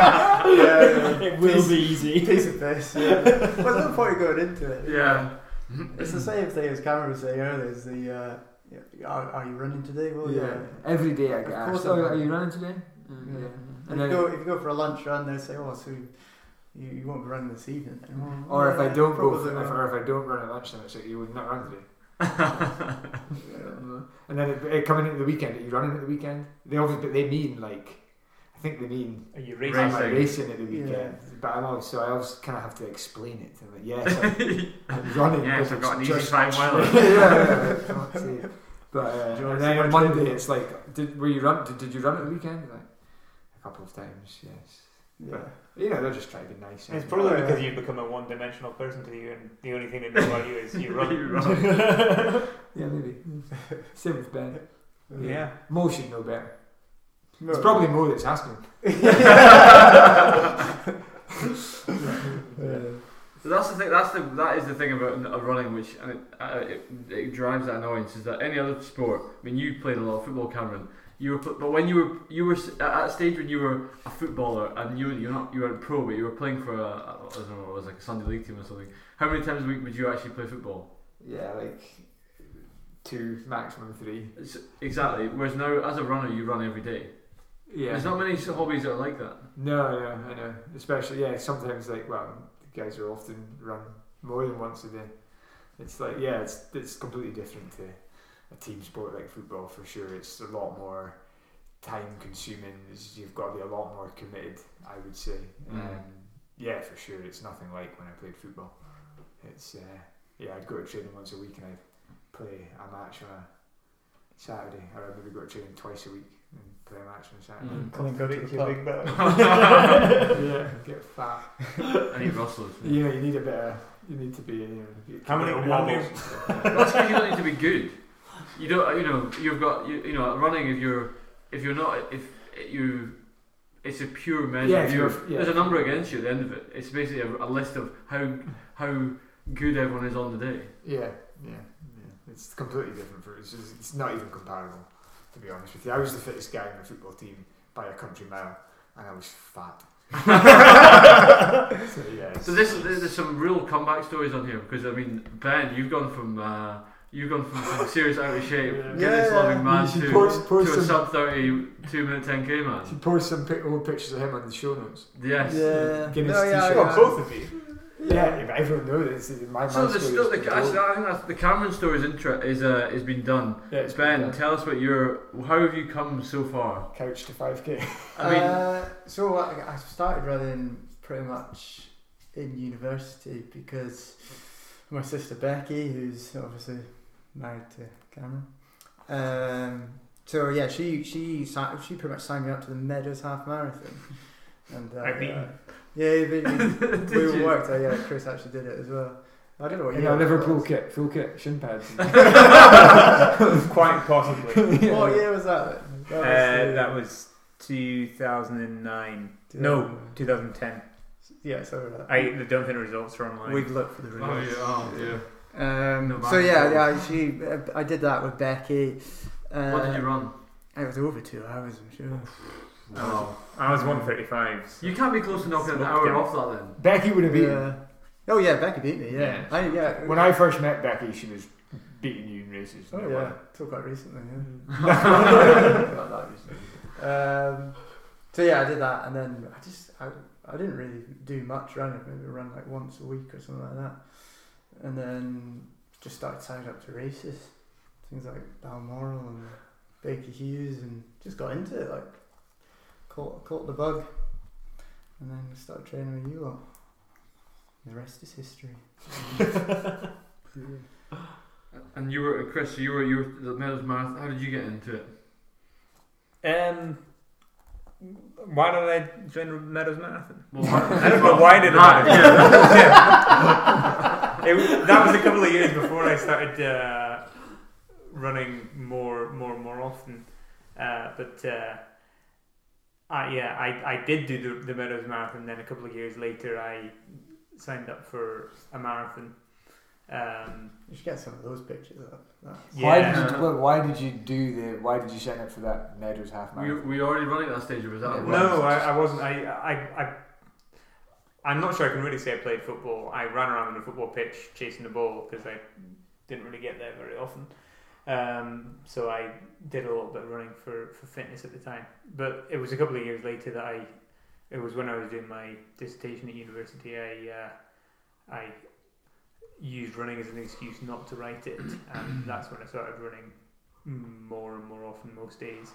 It will be easy. Piece of piss. Yeah. What's the point of going into it? Yeah. It's the same thing as Cameron was saying earlier. Is the uh, yeah, are, are you running today? Well, yeah. Oh, Every day I Of get course asked, I'm oh, are running. you running today? Yeah. yeah. And And then if, you go, if you go for a lunch run, they say, "Oh, so you, you won't be running this evening." And, "Well, Mm. Or if I yeah, don't go, probably for, if, won't." or if I don't run at lunchtime, it's like you would not run today. Yeah. And then it, it coming into the weekend, are you running at the weekend? They always, but they mean like, I think they mean Are you racing, racing? am I racing at the Yeah. weekend? But I'm always, so I always kind of have to explain it. I'm like, yes, I'm, I'm running. Yes, but I've got it's an easy just- five miler. yeah, yeah, yeah, can't say it. But uh, Do you wanna and see then my on Monday, training? it's like, did were you run? Did, did you run at the weekend? Like a couple of times, yes. Yeah. You know, they're just trying to be nice. It's aren't they? probably Yeah. because you've become a one-dimensional person to you, and the only thing they know about you is you run. You run. yeah, maybe. Same with Ben. Yeah. Mo should know better. No. It's probably Mo that's asking. So that's the thing. That's the that is the thing about n- of running, which and it, uh, it, it drives that annoyance. Is that any other sport? I mean, you played a lot of football, Cameron. You were, pl- but when you were you were s- at that stage when you were a footballer and you you're not you were a pro, but you were playing for a I don't know what it was like a Sunday league team or something. How many times a week would you actually play football? Yeah, like two, maximum three. It's, exactly. Whereas now, as a runner, you run every day. Yeah. There's not many s- hobbies that are like that. No, no, I know. Especially, yeah, sometimes, like, well, the guys are often run more than once a day. It's like, yeah, it's, it's completely different to a team sport like football for sure. It's a lot more time consuming. It's, you've got to be a lot more committed, I would say. Mm. Um, yeah, for sure. It's nothing like when I played football. It's, uh, yeah, I'd go to training once a week and I'd play a match on a Saturday, or I'd maybe go to training twice a week and play a match on a Saturday. Mm. Come and go to the Particularly- big bell. yeah, get fat. I need rustlers. You know, you need a bit of, you need to be, you know, you How many- get a how wobble. many- That's because you don't need to be good. You don't. You know. You've got. You, you know. Running. If you're. If you're not. If you. It's a pure measure. Yeah, of if you. you're- yeah. There's a number against you at the end of it. It's basically a, a list of how how good everyone is on the day. Yeah, yeah, yeah. It's completely different for it's, just- it's not even comparable, to be honest with you. I was the fittest guy in the football team by a country mile, and I was fat. so yeah. So this is there's some real comeback stories on here because I mean Ben, you've gone from. Uh, You've gone from some serious out of shape, Yeah. Guinness loving man You should to, post- to a post some- sub 30, 2 minute 10k She man. posts some pic- old pictures of him on the show notes. Yes. Yeah. Guinness No, yeah, t-shirt. yeah. both of you. Yeah, yeah, but everyone knows this. My So man's the, story sto- is the, gold. actually, I think that's, the Cameron story is, inter- is, uh, is been done Yeah, it's Ben, been done. tell us what your how have you come so far? couch to five k. I mean, uh, so I, I started running pretty much in university because my sister Becky, who's obviously married to Cameron, um, so yeah, she she si- she pretty much signed me up to the Meadows Half Marathon, and uh, I beat you. yeah, yeah, we, Did we, we you? worked. Uh, yeah, Chris actually did it as well. I don't know what You year know, it Liverpool was. kit, full kit, shin pads. Quite possibly. What year was that? That Uh, was, uh, that was 2009. No, 2010. yeah, something like that. I don't think the results are online. We'd look for the results. oh, yeah. Um, No so matter yeah, what. yeah, she, I did that with Becky. Uh, what did you run? It was over two hours, I'm sure. oh. Wow. I was 135. So. You can't be close to knocking an Smoked hour it. off that then. Becky would have beaten. Yeah. Oh yeah, Becky beat me. Yeah, Yeah. I, yeah. When I first met Becky, she was beating you in races. oh No yeah, way. till quite recently. Not that recently. Yeah. um, so yeah, I did that, and then I just I, I didn't really do much running. Maybe run like once a week or something like that, and then just started signing up to races, things like Balmoral and Baker Hughes, and just got into it. Like caught caught the bug, and then started training with you lot. The rest is history. And you were Chris. You were you were at the Meadows Marathon. How did you get into it? Um, why did I join the Meadows Marathon? Well, why- I don't know why I did That, that. yeah. It, was- that was a couple of years before I started uh, running more, more, more often. Uh, but uh, I, yeah, I, I did do the, the Meadows Marathon. Then a couple of years later, I signed up for a marathon. Um, You should get some of those pictures up. That- Why yeah. did you? Well, why did you do the? Why did you sign up for that Meadows half We marathon? we already running at that stage, or was that? a run? No, I, I wasn't. I, I, I, I'm not sure I can really say I played football. I ran around on a football pitch chasing the ball because I didn't really get there very often. Um, so I did a little bit of running for, for fitness at the time. But it was a couple of years later that I, it was when I was doing my dissertation at university, I, uh, I used running as an excuse not to write it. And that's when I started running more and more often most days.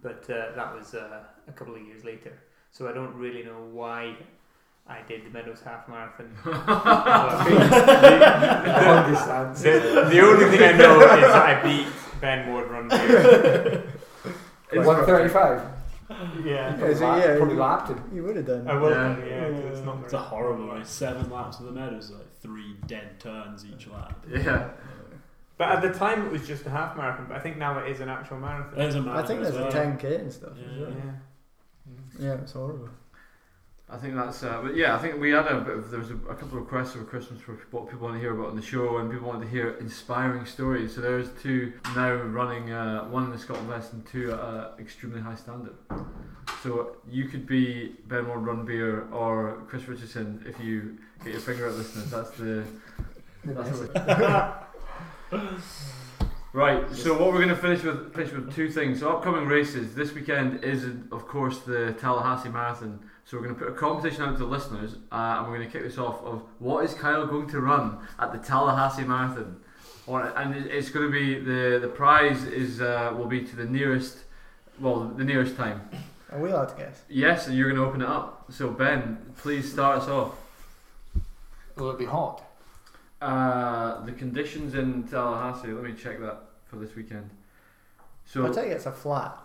But uh, that was uh, a couple of years later. So I don't really know why I did the Meadows Half Marathon. Long distance. The, the only thing I know is that I beat Ben Ward run. here. One thirty-five. yeah. Is it- yeah, probably you- lapped him. You would have done. I will. Yeah. Yeah, it's not It's a very horrible race. Seven laps of the meadows, like three dead turns each lap. Yeah. But at the time, it was just a half marathon. But I think now it is an actual marathon. There's a I think marathon as there's a well. 10k and stuff. Yeah. as well. Yeah. yeah it's horrible. I think that's, uh, but yeah, I think we had a bit of, there was a, a couple of requests over Christmas for what people want to hear about on the show, and people wanted to hear inspiring stories. So there's two now running, uh, one in the Scotland West and two at uh, extremely high standard. So you could be Ben Ward Runbeer or Chris Richardson if you get your finger at listeners. That's the. That's what we- right. So what we're going to finish with finish with two things. So upcoming races this weekend is of course the Tallahassee Marathon. So we're going to put a competition out to listeners, uh, and we're going to kick this off of what is Kyle going to run at the Tallahassee Marathon, or, and it- it's going to be the the prize is uh, will be to the nearest, well the nearest time. Are we allowed to guess? Yes, and you're going to open it up. So Ben, please start us off. Will it be hot? Uh, the conditions in Tallahassee. Let me check that for this weekend. So I tell you, it's a flat.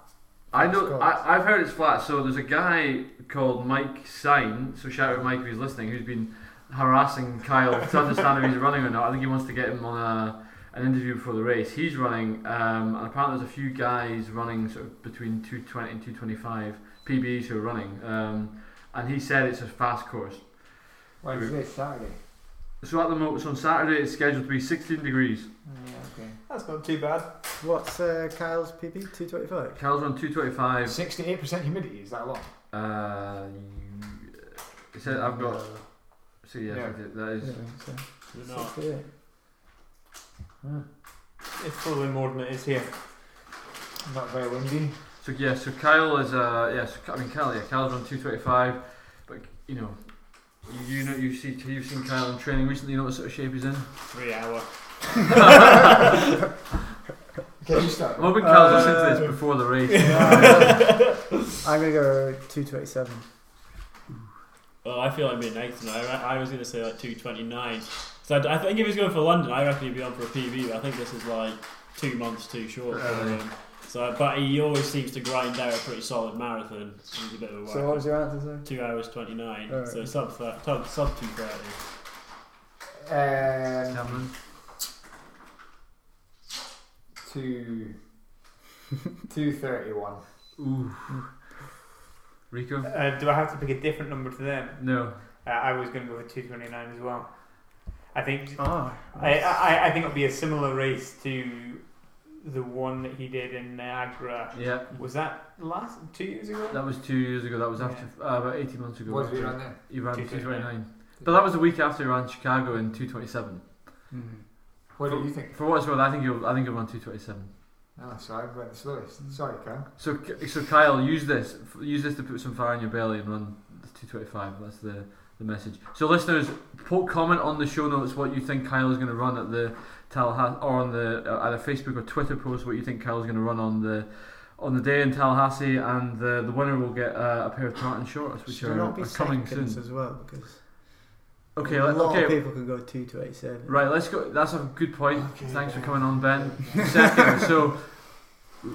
I It's know called- I, I've heard it's flat. So there's a guy called Mike Sign. So shout out Mike if he's listening, who's been harassing Kyle to understand if he's running or not. I think he wants to get him on a, an interview before the race. He's running, um, and apparently there's a few guys running sort of between 220 and 225 PBs who are running. Um, and he said it's a fast course. When is this Saturday? So at the moment, so on Saturday it's scheduled to be 16 degrees. Oh, Yeah, okay. That's not too bad. What's uh, Kyle's PB? 225. Kyle's on 225. Sixty-eight percent humidity. Is that a lot? Uh, it said I've got. So yeah, Yeah. that Yeah, is. so We're not. 68. It's probably more than it is here. Not very windy. So yeah, so Kyle is. Uh, yeah, so, I mean Kyle. Yeah, Kyle's on two twenty five, but you know, you, you know, you see, you've seen Kyle in training recently. You know what sort of shape he's in. Three hour. Can you start? I'm hoping Kyle's Uh, listened to this before the race. I'm gonna go 227. Well, I feel like midnight tonight. I, I was going to say like 229. So I, I think if he's going for London, I reckon he'd be on for a PB, but I think this is like two months too short for Early. him. So, but he always seems to grind out a pretty solid marathon. He's a bit of a So what was your answer? Sir? Two hours 29, Alright. so sub, thir- sub, sub 230. Um, Cameron. two. Two thirty-one. Ooh. Rico. Uh, do I have to pick a different number to them? No. Uh, I was going to go with 229 as well. I think Ah, I, I, I think it'll be a similar race to the one that he did in Niagara. Yeah, Was that last two years ago? that was two years ago. That was after uh, about eighteen months ago. What did we run there? He ran two twenty 229. nine. But that was the week after he ran Chicago in two twenty seven. What do you think? For what it's worth, I think you'll I think you'll run two twenty seven. Oh, so I went the Mm. slowest. Sorry, Kyle. So, so Kyle, use this. F- Use this to put some fire in your belly and run the 225. That's the, the message. So, listeners, put comment on the show notes what you think Kyle is going to run at the Tallahassee, or on the uh, either Facebook or Twitter post what you think Kyle is going to run on the on the day in Tallahassee, and the, the winner will get uh, a pair of tartan shorts, which Should are, not be are uh, coming seconds soon. as well because Okay, a let, lot of okay, people could go 227. right. Let's go. That's a good point. Thanks for coming on, Ben. Yeah. Second, so.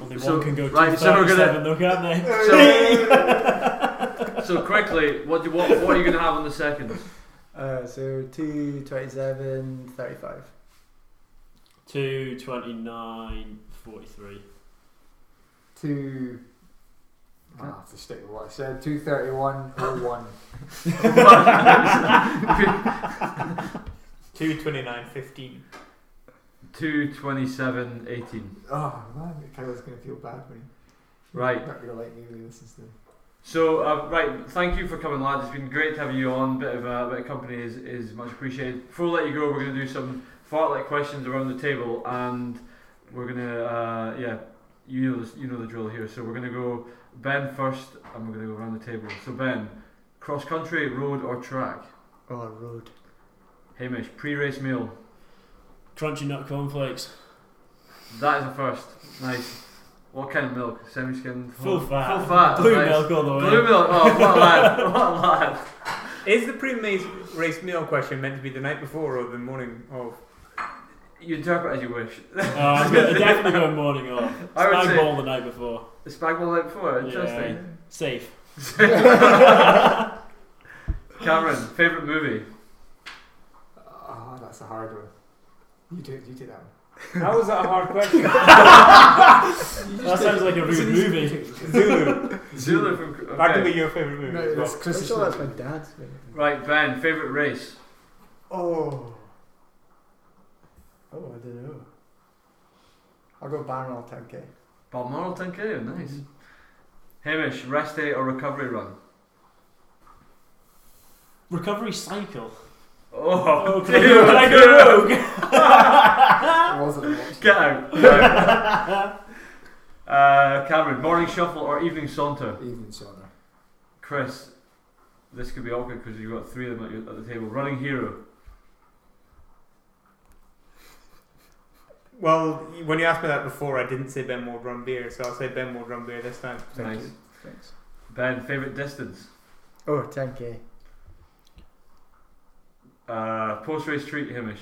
Only So- one can go right, so we're 237 gonna- though, can't they? So quickly, what do, what, what are you going to have on the second? Uh, so 227, 35. 229, 43. Two. I have to stick with what I said. Two thirty-one oh one. 229.15. Two twenty-seven eighteen. Ah, Oh man, Kyle's gonna feel bad when he. Right. Not gonna like me when he listens to this. So uh, right, thank you for coming, lads. It's been great to have you on. Bit of uh, bit of company is, is much appreciated. Before I let you go, we're going to do some fartlek questions around the table, and We're gonna, uh, yeah, you know, this, you know the drill here. So we're gonna go Ben first, and we're gonna go around the table. So Ben, cross country, road or track? Oh, road. Hamish, pre-race meal. Crunchy nut cornflakes. That is a first. Nice. What kind of milk? Semi-skimmed. Full fat. Full fat. Blue nice. milk all the way. Blue milk. Oh, what a lad! What a lad! Is the pre-race meal question meant to be the night before or the morning of? You interpret as you wish. Oh, I'm gonna- definitely going morning off. I would Spag say- ball the night before. The spag bol out before. Yeah. Interesting. Safe. Cameron, favorite movie. Ah, that's a hard one. You do, you do that one. How was that a hard question? That sounds like a rude movie. Zulu. Zulu from. That could okay. be your favourite movie. No, as well. that's Chris's sure that's my movie. dad's name. Right, Ben, favorite race. Oh. Oh, I don't know. I'll go Barnwell 10k. Balmoral 10k. Nice. Mm-hmm. Hamish, rest day or recovery run. Recovery cycle. Oh, can I go- can I go dear. Ah! It wasn't a watch. Get out. Get out. uh, Cameron, morning shuffle or evening saunter? Evening sauna. Chris, this could be awkward because you've got three of them at, your, at the table. Running hero. Well, when you asked me that before, I didn't say Ben Ward Run Beer, so I'll say Ben Ward Run Beer this time. Thank nice. you. Thanks. Ben, favorite distance. Oh, 10k. Uh, Post race treat, Hamish.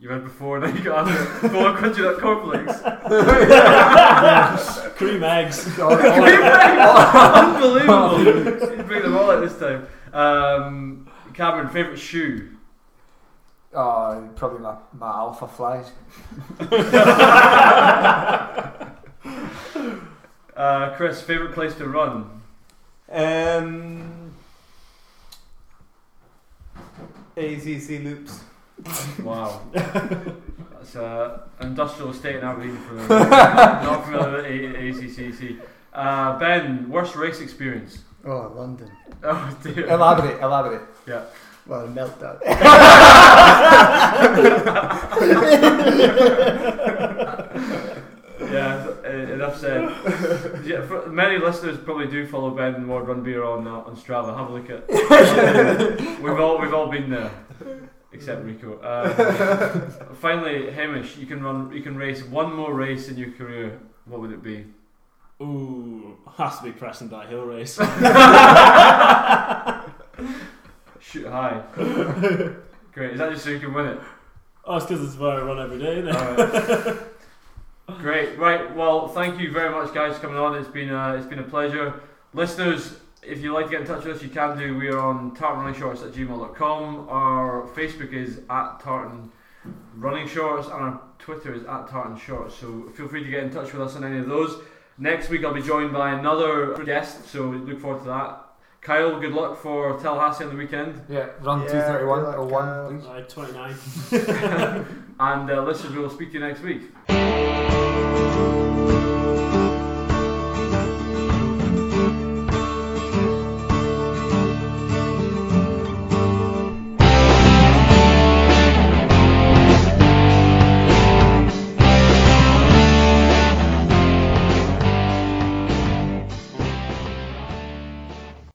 You had before, then you got after. Go on, crunchy that cornflakes. Cream eggs. Oh, Unbelievable. you bring them all out this time. Um, Cameron, favourite shoe? Oh, probably my, my alpha flies. Uh, Chris, favourite place to run? Um, ACC loops. Wow. That's uh, industrial estate in Aberdeen for not familiar with A- ACCC. Uh, ben, worst race experience? Oh, London. Oh dear. Elaborate, elaborate. Well, meltdown. Yeah, uh, enough said. Yeah, for, many listeners probably do follow Ben and Ward Run Beer on uh, on Strava. Have a look at. we've all we've all been there, except Rico. Um, finally, Hamish, you can run. You can race one more race in your career. What would it be? oh. Ooh, has to be pressing that hill race. Oh, Shoot high. Great. Is that just so you can win it? Oh, it's because it's where I run every day. Then. Alright. Great. Right. Well, thank you very much, guys, for coming on. It's been uh, it's been a pleasure. Listeners, if you'd like to get in touch with us, you can do. We are on tartanrunningshorts at gmail.com. Our Facebook is at tartan running shorts, and our Twitter is at tartan shorts. So feel free to get in touch with us on any of those. Next week, I'll be joined by another guest, so look forward to that. Kyle, good luck for Tallahassee on the weekend. Yeah, run Yeah, 231 good luck, or Kyle. 1, please. Uh, 29. and uh, listeners, we will speak to you next week.